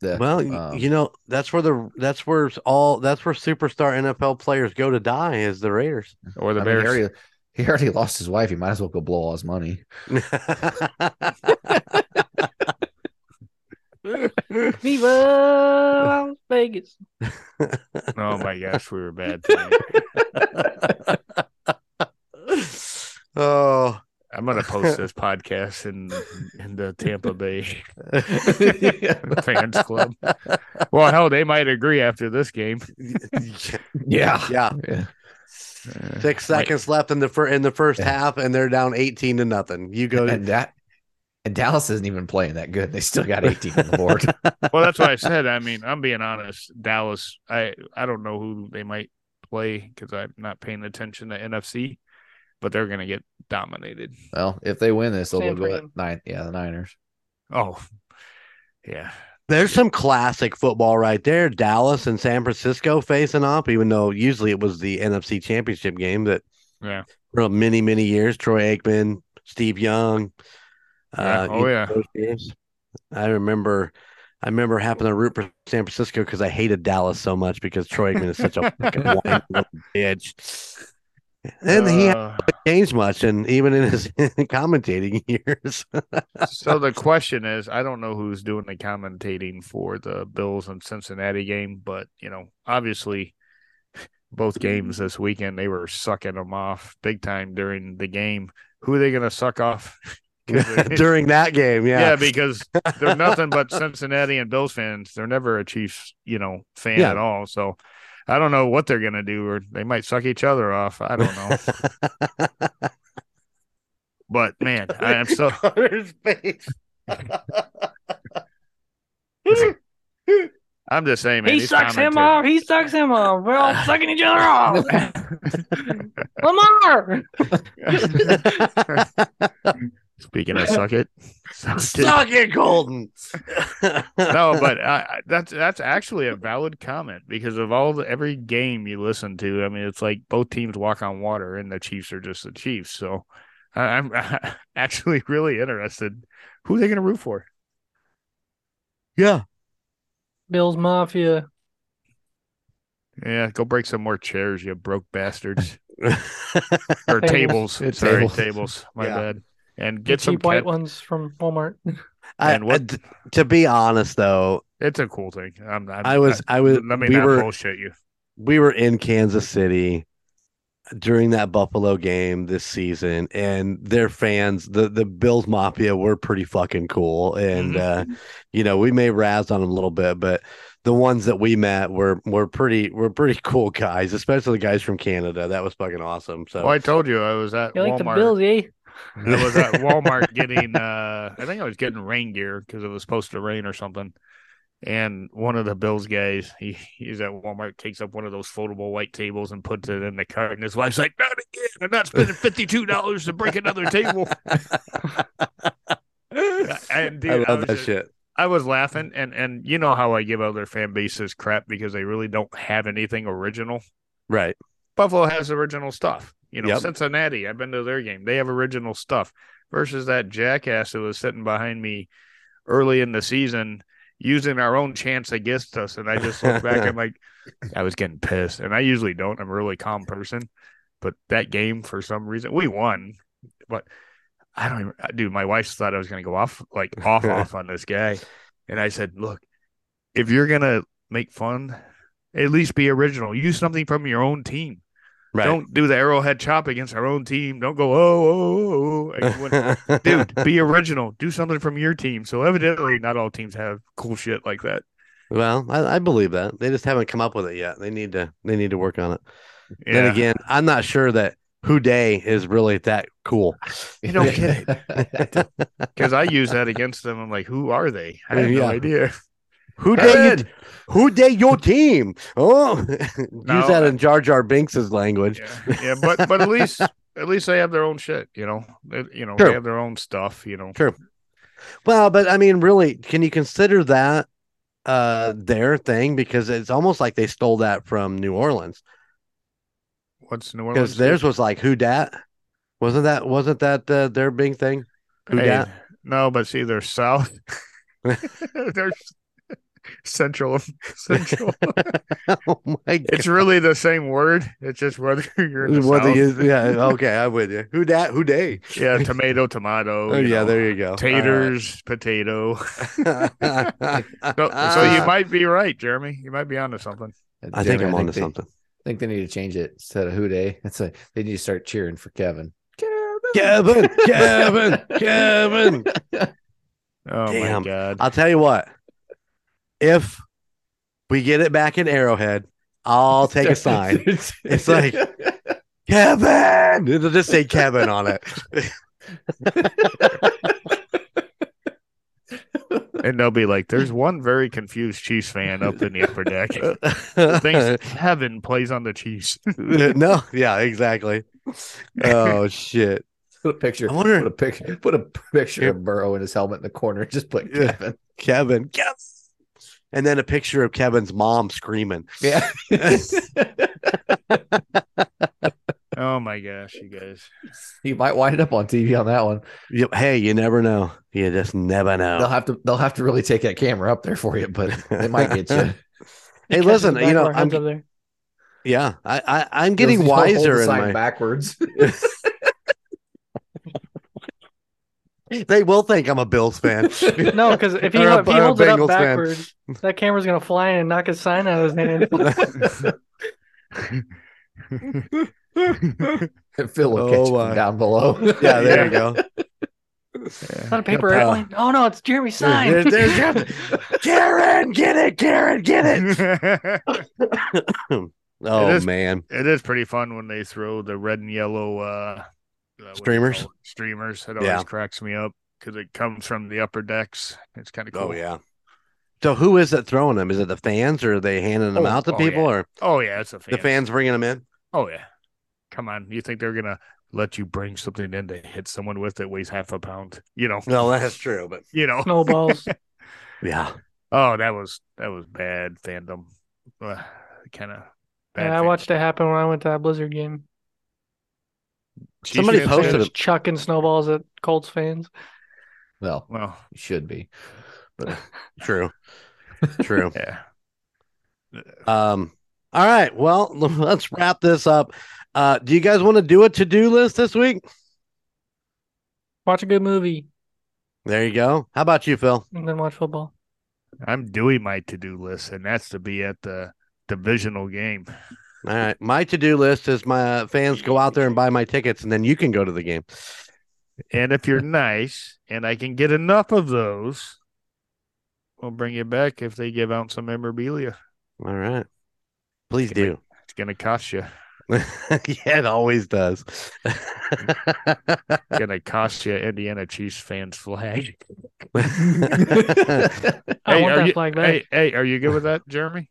Speaker 3: The,
Speaker 1: Well, y-
Speaker 3: um,
Speaker 1: you know that's where the that's where it's all that's where superstar NFL players go to die is the Raiders.
Speaker 4: or the
Speaker 3: I mean,
Speaker 4: Bears.
Speaker 3: he, already, he already lost his wife. He might as well go blow all his money.
Speaker 2: Viva Las Vegas.
Speaker 4: Oh my gosh, we were bad. tonight.
Speaker 1: oh,
Speaker 4: I'm gonna post this podcast in in the Tampa Bay fans club. Well, hell, they might agree after this game.
Speaker 3: yeah.
Speaker 1: yeah.
Speaker 3: yeah.
Speaker 1: Six seconds left in the fir- in the first
Speaker 3: Yeah.
Speaker 1: half, and they're down eighteen to nothing. You go to
Speaker 3: And that and Dallas isn't even playing that good. They still got 18 on the board.
Speaker 4: Well, that's what I said. I mean, I'm being honest. Dallas, I I don't know who they might play because I'm not paying attention to NFC, but they're gonna get dominated.
Speaker 3: well, if they win this, they'll
Speaker 2: San
Speaker 3: go at
Speaker 2: Fran.
Speaker 3: nine. Yeah, the Niners.
Speaker 4: Oh, yeah.
Speaker 1: There's some classic football right there. Dallas and San Francisco facing off, even though usually it was the NFC Championship game that
Speaker 4: Yeah.
Speaker 1: for many, many years, Troy Aikman, Steve Young.
Speaker 4: Yeah. Oh,
Speaker 1: you-
Speaker 4: yeah.
Speaker 1: those years. I remember I remember having to root for San Francisco because I hated Dallas so much because Troy Aikman is such a fucking whiny little bitch. And he hasn't
Speaker 4: Uh,
Speaker 1: changed much, and even in his commentating years.
Speaker 4: Uh, so the question is, I don't know who's doing the commentating for the Bills and Cincinnati game, but you know, obviously, both games this weekend they were sucking them off big time during the game. Who are they gonna suck off? 'Cause they-
Speaker 1: during that game.
Speaker 4: Yeah. because they're nothing but Cincinnati and Bills fans. They're never a Chiefs, you know, fan
Speaker 1: Yeah.
Speaker 4: at all. So I don't know what they're gonna do, or they might suck each other off. I don't know. but man, I am so I'm just saying, man.
Speaker 2: he
Speaker 4: these
Speaker 2: sucks him
Speaker 4: commentators-
Speaker 2: off. He sucks him off. We're all sucking each other off. Lamar,
Speaker 4: Speaking of suck it, suck it.
Speaker 1: Suck it, Colton.
Speaker 4: no, but I, I- that's that's actually a valid comment because of all the every game you listen to, I mean, it's like both teams walk on water, and the Chiefs are just the Chiefs. So I, I'm actually really interested. Who are they going to root for?
Speaker 1: yeah.
Speaker 2: Bills Mafia.
Speaker 4: Yeah, go break some more chairs, you broke bastards, or tables.
Speaker 2: Tables.
Speaker 3: It's
Speaker 4: Sorry,
Speaker 3: tables.
Speaker 4: tables. My
Speaker 1: Yeah.
Speaker 4: bad. And
Speaker 2: Get
Speaker 4: get some
Speaker 2: cheap white
Speaker 4: cat-
Speaker 2: ones from Walmart.
Speaker 1: I,
Speaker 4: And what-
Speaker 1: I- d- to be honest, though,
Speaker 4: It's a cool thing. I'm, I'm,
Speaker 1: I was, I was,
Speaker 4: let me
Speaker 1: we
Speaker 4: not
Speaker 1: were,
Speaker 4: bullshit you.
Speaker 1: we were in Kansas City during that Buffalo game this season, and their fans, the the Bills Mafia, were pretty fucking cool. And
Speaker 4: Mm-hmm.
Speaker 1: uh, you know, we may razz on them a little bit, but the ones that we met were were pretty were pretty cool guys, especially the guys from Canada. That was fucking awesome. So
Speaker 4: Well, I told you I was at
Speaker 2: You like the
Speaker 4: Walmart.
Speaker 2: Bills, eh?
Speaker 4: I was at Walmart getting uh I think I was getting rain gear because it was supposed to rain or something. And one of the Bills guys, he, he's at Walmart, takes up one of those foldable white tables and puts it in the cart. And his wife's like, "Not again! I'm not spending fifty two dollars to break another table." And dude,
Speaker 1: I
Speaker 4: I
Speaker 1: love
Speaker 4: was
Speaker 1: that
Speaker 4: just-
Speaker 1: shit.
Speaker 4: I was laughing, and and you know how I give other fan bases crap because they really don't have anything original.
Speaker 1: Right.
Speaker 4: Buffalo has original stuff. You know,
Speaker 1: Yep.
Speaker 4: Cincinnati, I've been to their game. They have original stuff versus that jackass that was sitting behind me early in the season using our own chance against us. And I just look back, I'm like, I was getting pissed. And I usually don't. I'm a really calm person. But that game, for some reason, we won. But I don't even, uh, dude, my wife thought I was going to go off, like off, off on this guy. And I said, look, if you're going to make fun, at least be original. Use something from your own team.
Speaker 1: Right.
Speaker 4: Don't do the arrowhead chop against our own team. Don't go, oh, oh, oh, oh. Like, when- Dude, be original. Do something from your team. So evidently, not all teams have cool shit like that.
Speaker 1: Well, I, I believe that they just haven't come up with it yet. They need to. They need to work on it.
Speaker 4: Yeah.
Speaker 1: Then again, I'm not sure that Who Day is really that cool.
Speaker 4: You don't get it. Because I use that against them. I'm like, who are they? I have
Speaker 1: Yeah.
Speaker 4: no idea.
Speaker 1: Who Day?
Speaker 4: Ed!
Speaker 1: Who Day your team? Oh, use
Speaker 4: No,
Speaker 1: that
Speaker 4: I-
Speaker 1: in Jar Jar Binks's language.
Speaker 4: Yeah, yeah, but but at least at least they have their own shit. You know, they, you know,
Speaker 1: True.
Speaker 4: they have their own stuff. You know,
Speaker 1: True. Well, but I mean, really, can you consider that uh their thing? Because it's almost like they stole that from New Orleans.
Speaker 4: what's New
Speaker 1: Because
Speaker 4: Orleans?
Speaker 1: theirs was like Who Dat? Wasn't that wasn't that uh, their big thing? Who
Speaker 4: Hey,
Speaker 1: Dat?
Speaker 4: No, but see, they're south. they're s- central. Central.
Speaker 1: oh my god.
Speaker 4: it's really the same word. It's just whether you're in the
Speaker 1: What
Speaker 4: south.
Speaker 1: they use- yeah, okay, I'm with you. Who dat? Who day?
Speaker 4: yeah, tomato, tomato.
Speaker 1: Oh,
Speaker 4: you
Speaker 1: yeah,
Speaker 4: know,
Speaker 1: there you go.
Speaker 4: Taters, potato.
Speaker 1: All right.
Speaker 4: So, so you
Speaker 1: Ah.
Speaker 4: might be right, Jeremy. You might be onto something.
Speaker 1: I think
Speaker 3: Damn it,
Speaker 1: I'm onto
Speaker 3: they-
Speaker 1: something.
Speaker 3: I think they need to change it instead of Who Day. It's like they need to start cheering for Kevin. Kevin.
Speaker 1: Kevin, Kevin, Kevin.
Speaker 4: Oh
Speaker 1: Damn.
Speaker 4: my god.
Speaker 1: I'll tell you what. If we get it back in Arrowhead, I'll take a sign. It's like- Kevin. It'll just say Kevin on it.
Speaker 4: And they'll be like, there's one very confused Chiefs fan up in the upper deck. Thanks heaven plays on the Chiefs.
Speaker 1: no, yeah, exactly. Oh shit.
Speaker 3: put a picture.
Speaker 1: I wonder-
Speaker 3: Put a picture. Put a picture of Burrow in his helmet in the corner. Just put
Speaker 1: Yeah.
Speaker 3: Kevin.
Speaker 1: Kevin. Kevin. And then a picture of Kevin's mom screaming.
Speaker 3: Yeah.
Speaker 4: oh my gosh, you guys.
Speaker 3: you might wind up on TV on that one.
Speaker 1: Yep. Hey, you never know. You just never
Speaker 3: They'll
Speaker 1: know.
Speaker 3: have to. They'll have to really take that camera up there for you, but they might get you.
Speaker 1: Hey,
Speaker 2: catches
Speaker 1: listen,
Speaker 2: the
Speaker 1: you
Speaker 2: back of
Speaker 1: know,
Speaker 2: our heads
Speaker 1: I'm-
Speaker 2: up there.
Speaker 1: Yeah. I, I I'm
Speaker 3: You'll
Speaker 1: getting
Speaker 3: see- they'll hold
Speaker 1: wiser
Speaker 3: the
Speaker 1: in
Speaker 3: sign
Speaker 1: my
Speaker 3: backwards.
Speaker 1: they will think I'm a Bills fan.
Speaker 2: No, because if he,
Speaker 1: Or a-
Speaker 2: if he
Speaker 1: or a
Speaker 2: holds it
Speaker 1: Bengals
Speaker 2: up
Speaker 1: fan.
Speaker 2: backwards, that camera's gonna fly in and knock his sign out of his hand.
Speaker 3: Phil will catch
Speaker 1: Oh,
Speaker 3: you from
Speaker 1: my.
Speaker 3: down below.
Speaker 1: yeah, there you go.
Speaker 2: It's not a paper
Speaker 1: Yeah.
Speaker 2: airplane. Oh no, it's Jeremy's sign.
Speaker 1: There's, there's Kevin. Karen, get it, Karen, get it. Oh
Speaker 4: is-
Speaker 1: man.
Speaker 4: it is pretty fun when they throw the red and yellow uh, uh, what do you
Speaker 1: Streamers?
Speaker 4: call it? Streamers. It always
Speaker 1: Yeah.
Speaker 4: cracks me up because it comes from the upper decks. It's kind of cool.
Speaker 1: Oh yeah. So who is it throwing them? Is it the fans or are they handing them
Speaker 4: Oh,
Speaker 1: out to
Speaker 4: oh,
Speaker 1: people
Speaker 4: yeah.
Speaker 1: or
Speaker 4: Oh yeah, it's a fan.
Speaker 1: the fans bringing them in?
Speaker 4: Oh yeah. Come on, you think they're gonna let you bring something in to hit someone with that weighs half a pound? You know,
Speaker 1: No, that's true, but
Speaker 4: you know.
Speaker 2: Snowballs.
Speaker 1: yeah.
Speaker 4: Oh, that was that was bad fandom. kind of.
Speaker 2: And I watched it happen when I went to that Blizzard game.
Speaker 1: Somebody
Speaker 2: They
Speaker 1: posted
Speaker 2: were
Speaker 1: it.
Speaker 2: just chucking snowballs at Colts fans.
Speaker 3: Well,
Speaker 4: Well,
Speaker 3: you should be. But
Speaker 1: True. True.
Speaker 4: yeah.
Speaker 1: Um all right. Well, let's wrap this up. Uh do you guys want to do a to-do list this week?
Speaker 2: Watch a good movie
Speaker 1: There you go. How about you, Phil?
Speaker 2: and then watch football.
Speaker 4: I'm doing my to do list, and that's to be at the divisional game.
Speaker 1: All right. My to-do list is my uh, fans go out there and buy my tickets and then you can go to the game.
Speaker 4: And if you're nice, and I can get enough of those, we'll bring you back if they give out some memorabilia.
Speaker 1: All right. Please
Speaker 4: Okay,
Speaker 1: do.
Speaker 4: It's gonna cost you.
Speaker 1: yeah, it always does.
Speaker 4: It's gonna cost you Indiana Chiefs fans flag.
Speaker 2: I
Speaker 4: Hey,
Speaker 2: want
Speaker 4: are
Speaker 2: that
Speaker 4: you-
Speaker 2: flag back.
Speaker 4: Hey, hey, are you good with that, Jeremy?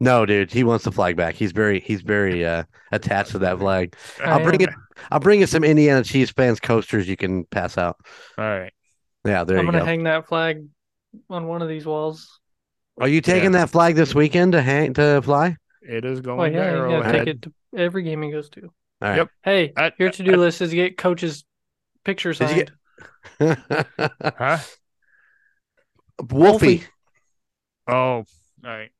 Speaker 1: no, dude, he wants the flag back. He's very he's very uh attached to that flag. I'll
Speaker 2: I
Speaker 1: bring
Speaker 2: am.
Speaker 1: it I'll bring you some Indiana Chiefs fans coasters you can pass out.
Speaker 4: All right.
Speaker 1: Yeah, there
Speaker 2: I'm
Speaker 1: you
Speaker 2: gonna
Speaker 1: go.
Speaker 2: hang that flag on one of these walls.
Speaker 1: Are you taking that flag this weekend to hang to fly?
Speaker 4: It is going
Speaker 2: Oh yeah,
Speaker 4: to
Speaker 2: you gotta
Speaker 4: Arrowhead.
Speaker 2: take it to every game he goes to.
Speaker 1: All right.
Speaker 4: Yep.
Speaker 2: Hey,
Speaker 4: I-
Speaker 2: your to do list is get coaches picture
Speaker 1: Did you get-
Speaker 2: signed.
Speaker 4: Huh?
Speaker 1: Wolfie.
Speaker 4: Oh, all right.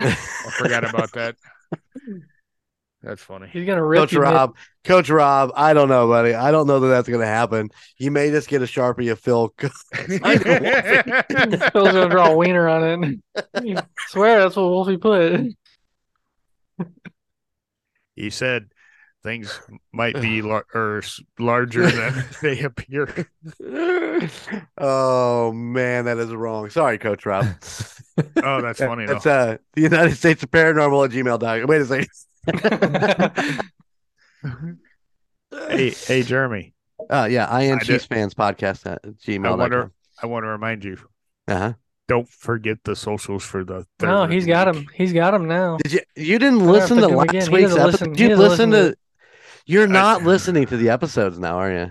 Speaker 4: I forgot about that. That's funny.
Speaker 2: He's gonna rip
Speaker 1: Coach
Speaker 2: you mid-
Speaker 1: Rob, Coach Rob, I don't know, buddy. I don't know that that's going to happen. You may just get a sharpie of Phil.
Speaker 2: Phil's gonna draw a wiener on it. I swear that's what Wolfie put.
Speaker 4: He said things might be lar- or s- larger than they appear.
Speaker 1: oh man, that is wrong. Sorry, Coach Rob.
Speaker 4: Oh, that's funny though.
Speaker 1: That's uh, the United States of Paranormal at Gmail dot. Wait a second.
Speaker 4: hey, hey, Jeremy.
Speaker 1: Uh, yeah, I am
Speaker 4: I
Speaker 1: Chiefs fans podcast at Gmail.
Speaker 4: I wonder. I want to remind you.
Speaker 1: Uh huh.
Speaker 4: Don't forget the socials for the. Third
Speaker 2: no, he's got
Speaker 4: week.
Speaker 2: him. He's got him now.
Speaker 1: Did you? You didn't
Speaker 2: gonna have
Speaker 1: listen
Speaker 2: to
Speaker 1: to
Speaker 2: do it
Speaker 1: last
Speaker 2: again. He
Speaker 1: week's
Speaker 2: doesn't
Speaker 1: episode.
Speaker 2: listen-
Speaker 1: Did
Speaker 2: he
Speaker 1: you
Speaker 2: doesn't
Speaker 1: listen
Speaker 2: listen
Speaker 1: to? You're
Speaker 4: I-
Speaker 1: not listening to the episodes now, are you?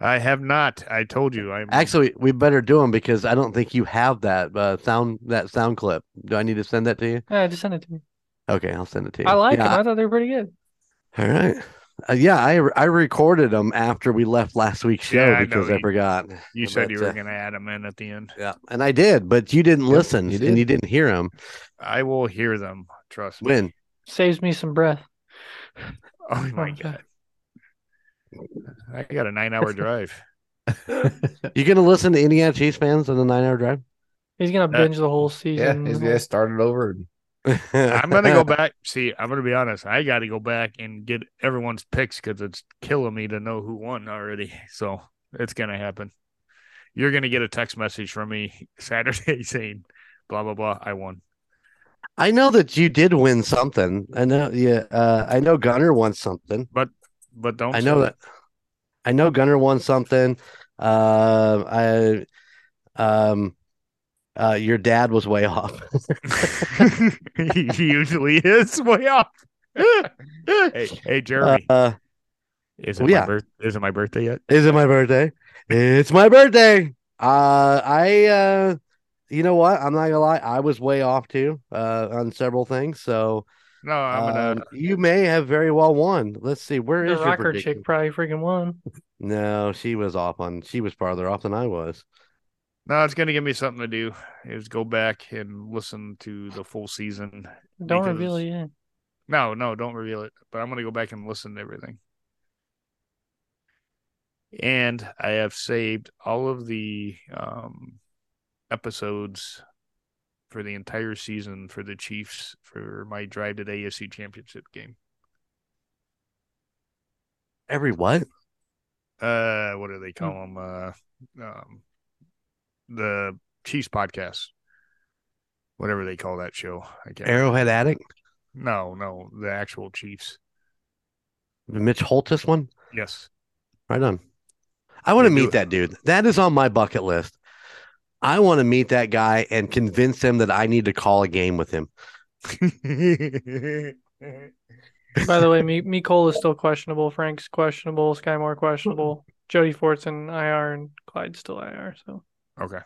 Speaker 4: I have not. I told you. I'm
Speaker 1: Actually, we better do them because I don't think you have that uh, sound that sound clip. Do I need to send that to you?
Speaker 2: Yeah, just send it to me.
Speaker 1: Okay, I'll send it to you.
Speaker 2: I like
Speaker 1: yeah,
Speaker 2: him. I thought they were pretty good.
Speaker 1: All right. Uh, yeah, I I recorded them after we left last week's show
Speaker 4: Yeah, I
Speaker 1: because
Speaker 4: know.
Speaker 1: I forgot.
Speaker 4: You said
Speaker 1: But,
Speaker 4: you were
Speaker 1: uh,
Speaker 4: going to add them in at the end.
Speaker 1: Yeah, and I did, but you didn't
Speaker 3: Yep,
Speaker 1: listen
Speaker 3: you
Speaker 1: and
Speaker 3: did.
Speaker 1: you didn't hear them.
Speaker 4: I will hear them. Trust me.
Speaker 1: When?
Speaker 2: Saves me some breath.
Speaker 4: Oh my
Speaker 2: Oh,
Speaker 4: god. I got a nine-hour drive.
Speaker 1: You gonna listen to Indiana Chiefs fans on the nine hour drive?
Speaker 2: He's gonna
Speaker 4: That-
Speaker 2: binge the whole
Speaker 3: yeah,
Speaker 2: season.
Speaker 3: he's gonna start it over. and-
Speaker 4: I'm gonna go back. See, I'm gonna be honest. I got to go back and get everyone's picks because it's killing me to know who won already. So it's gonna happen. You're gonna get a text message from me Saturday saying, "Blah blah blah, I won."
Speaker 1: I know that you did win something. I know. Yeah, uh, I know Gunner won something.
Speaker 4: But don't.
Speaker 1: I know
Speaker 4: say-
Speaker 1: that. I know Gunner won something. Uh, I, um, uh, your dad was way off.
Speaker 4: he usually is way off. hey, hey, Jeremy,
Speaker 1: Uh,
Speaker 4: is it
Speaker 1: well,
Speaker 4: my
Speaker 1: yeah.
Speaker 4: birth? Is it my birthday yet?
Speaker 1: is it my birthday? It's my birthday. Uh, I, uh, you know what? I'm not gonna lie. I was way off too uh, on several things. So
Speaker 4: No, I'm gonna.
Speaker 1: um, you may have very well won. Let's see. Where is
Speaker 2: The
Speaker 1: your
Speaker 2: rocker
Speaker 1: prediction?
Speaker 2: chick probably freaking won.
Speaker 1: No, she was off on. She was farther off than I was.
Speaker 4: No, it's gonna give me something to do. Is go back and listen to the full season.
Speaker 2: Don't
Speaker 4: Because-
Speaker 2: reveal it yet.
Speaker 4: No, no, don't reveal it. But I'm gonna go back and listen to everything. And I have saved all of the um, episodes for the entire season for the Chiefs for my drive to the AFC Championship game.
Speaker 1: Every what?
Speaker 4: Uh, what do they call them? Uh, um, the Chiefs podcast, whatever they call that show. I can't.
Speaker 1: Arrowhead Attic?
Speaker 4: No, no, the actual Chiefs.
Speaker 1: The Mitch Holtis one?
Speaker 4: Yes.
Speaker 1: Right on. I want to
Speaker 4: They do
Speaker 1: meet
Speaker 4: it.
Speaker 1: that dude. That is on my bucket list. I want to meet that guy and convince him that I need to call a game with him.
Speaker 2: By the way, Mi- Nicole is still questionable. Frank's questionable. Skymore questionable. Jody Fortson IR and Clyde's still IR. So
Speaker 4: okay.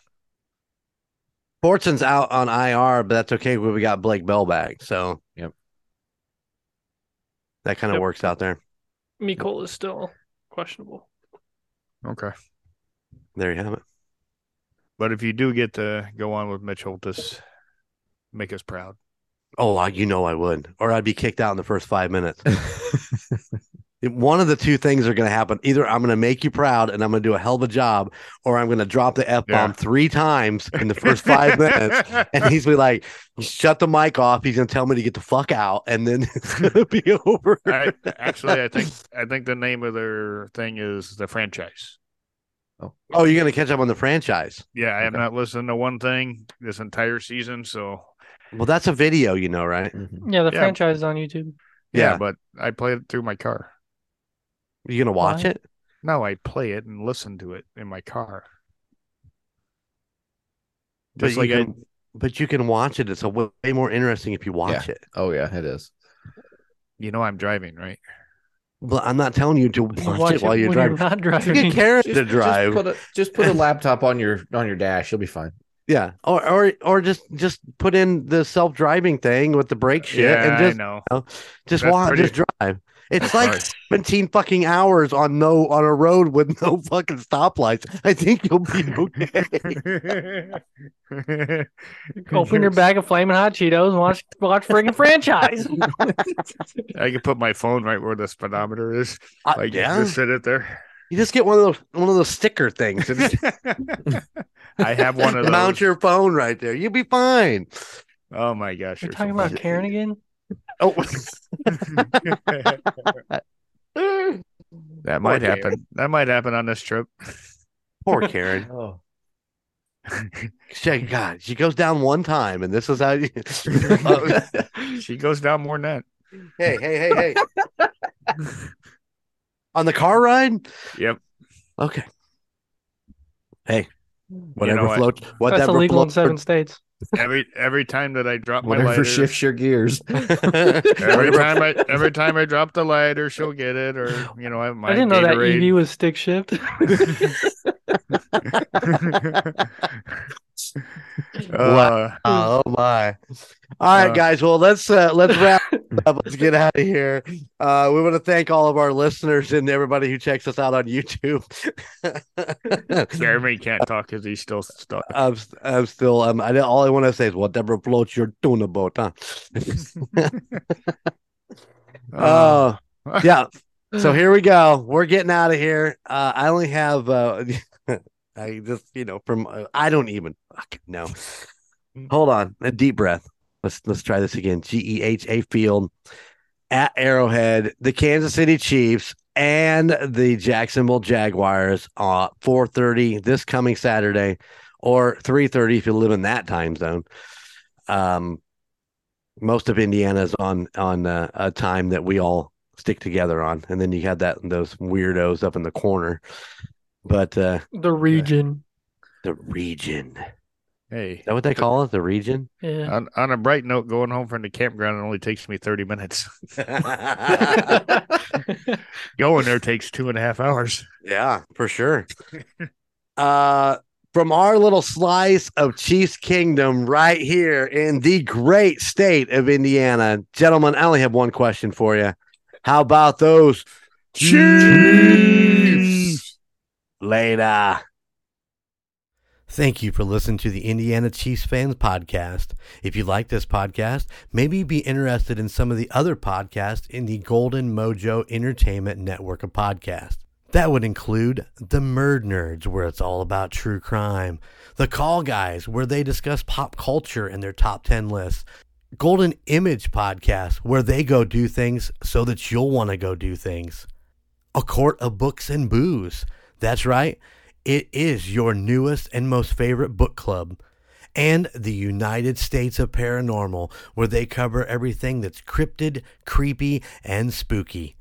Speaker 1: Fortune's out on IR, but that's okay. We we got Blake Bell back. So,
Speaker 3: Yep.
Speaker 1: That kind of
Speaker 2: Yep.
Speaker 1: works out there.
Speaker 2: Nicole is still questionable.
Speaker 4: Okay.
Speaker 1: There you have it.
Speaker 4: But if you do get to go on with Mitch Holtis, make us proud.
Speaker 1: Oh, I- you know I would, or I'd be kicked out in the first five minutes.
Speaker 3: Mm-hmm.
Speaker 1: One of the two things are going to happen. Either I'm going to make you proud and I'm going to do a hell of a job, or I'm going to drop the F bomb
Speaker 4: Yeah.
Speaker 1: three times in the first five minutes. And he's be like, shut the mic off. He's going to tell me to get the fuck out. And then it's going to be over.
Speaker 4: I, actually, I think I think the name of their thing is the franchise.
Speaker 1: Oh, you're going to catch up on the franchise.
Speaker 4: Yeah, I have
Speaker 3: Okay.
Speaker 4: not listened to one thing this entire season. So
Speaker 1: Well, that's a video, you know, right?
Speaker 3: Mhm.
Speaker 2: Yeah, the
Speaker 4: Yeah.
Speaker 2: franchise is on YouTube.
Speaker 4: yeah,
Speaker 1: Yeah.
Speaker 4: but I play it through my car.
Speaker 1: You going to watch
Speaker 2: Why?
Speaker 1: it?
Speaker 4: No, I play it and listen to it in my car.
Speaker 1: But
Speaker 4: Just
Speaker 1: you
Speaker 4: like I,
Speaker 1: can- But you can watch it. It's a way way more interesting if you watch it.
Speaker 3: Oh yeah, it is.
Speaker 4: you know, I'm driving, right?
Speaker 1: But I'm not telling you to watch,
Speaker 2: You
Speaker 1: it while you're
Speaker 2: when
Speaker 1: driving.
Speaker 2: not
Speaker 1: You
Speaker 2: driving.
Speaker 1: get Karen
Speaker 3: Just,
Speaker 1: to
Speaker 3: just
Speaker 1: drive.
Speaker 3: put a just put a laptop on your on your dash. You'll be fine.
Speaker 1: Yeah, or or or just just put in the self driving thing with the brake shit
Speaker 4: yeah,
Speaker 1: and just
Speaker 4: I know.
Speaker 1: just
Speaker 4: That's
Speaker 1: walk,
Speaker 4: pretty-
Speaker 1: just drive. It's
Speaker 4: That's
Speaker 1: like
Speaker 4: hard.
Speaker 1: seventeen fucking hours on no on a road with no fucking stoplights. I think you'll be okay.
Speaker 2: Open your bag of flaming hot Cheetos and watch watch friggin' franchise.
Speaker 4: I can put my phone right where the speedometer is.
Speaker 1: Uh,
Speaker 4: Like,
Speaker 1: yeah,
Speaker 4: just sit it there.
Speaker 1: you just get one of those one of those sticker things and
Speaker 4: I have one of those.
Speaker 1: mount your phone right there. You'll be fine.
Speaker 4: Oh my gosh!
Speaker 2: You're
Speaker 4: you're so
Speaker 2: talking about
Speaker 4: funny.
Speaker 2: Karen again?
Speaker 4: Oh, that
Speaker 1: Poor
Speaker 4: might happen. That might happen on this trip.
Speaker 1: Poor Karen.
Speaker 3: Oh,
Speaker 1: She, God, she goes down one time, and this is how. You... Oh.
Speaker 4: She goes down more than
Speaker 1: hey, hey, hey, hey! On the car ride.
Speaker 4: Yep.
Speaker 1: Okay. Hey, whatever
Speaker 4: know what?
Speaker 1: floats. Whatever
Speaker 2: That's illegal in
Speaker 1: floats. your-
Speaker 2: seven states.
Speaker 4: that. Every every time that I drop my
Speaker 3: whatever
Speaker 4: lighter,
Speaker 3: shifts your gears.
Speaker 4: every time I every time I drop the lighter, she'll get it, or you know, I have my
Speaker 2: I didn't know that
Speaker 4: Gatorade.
Speaker 2: EV was stick shift.
Speaker 4: Uh,
Speaker 1: Oh my! All right,
Speaker 4: Uh,
Speaker 1: guys. Well, let's uh, let's wrap up. Let's get out of here. Uh, we want to thank all of our listeners and everybody who checks us out on YouTube.
Speaker 4: Jeremy can't talk because he's still stuck.
Speaker 1: I'm, st- I'm still. Um, I, all I want to say is whatever floats your tuna boat, huh?
Speaker 4: Uh,
Speaker 1: Oh, yeah. So here we go. We're getting out of here. Uh, I only have. Uh, I just you know from uh, I don't even fucking know. Hold on, a deep breath. Let's let's try this again. G E H A Field at Arrowhead, the Kansas City Chiefs and the Jacksonville Jaguars at 4:30 this coming Saturday, or 3:30 if you live in that time zone. Um, most of Indiana is on on uh, a time that we all stick together on, and then you have that those weirdos up in the corner. But uh,
Speaker 2: the region.
Speaker 1: the region, is
Speaker 4: hey,
Speaker 1: that what they call it? The region.
Speaker 2: Yeah.
Speaker 4: on, on a bright note, going home from the campground it only takes me thirty minutes. Going there takes two and a half hours.
Speaker 1: Yeah, for sure. uh, from our little slice of Chiefs Kingdom right here in the great state of Indiana, gentlemen, I only have one question for you. How about those Chiefs? Later. Thank you for listening to the Indiana Chiefs Fans Podcast. If you like this podcast, maybe you'd be interested in some of the other podcasts in the Golden Mojo Entertainment Network of podcasts. That would include The Murd Nerds, where it's all about true crime, The Call Guys, where they discuss pop culture and their top 10 lists, Golden Image Podcast, where they go do things so that you'll want to go do things. A Court of Books and Booze. That's right. It is your newest and most favorite book club. And the United States of Paranormal, where they cover everything that's cryptid, creepy, and spooky.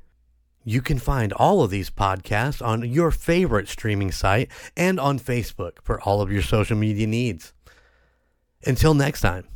Speaker 1: You can find all of these podcasts on your favorite streaming site and on Facebook for all of your social media needs. Until next time.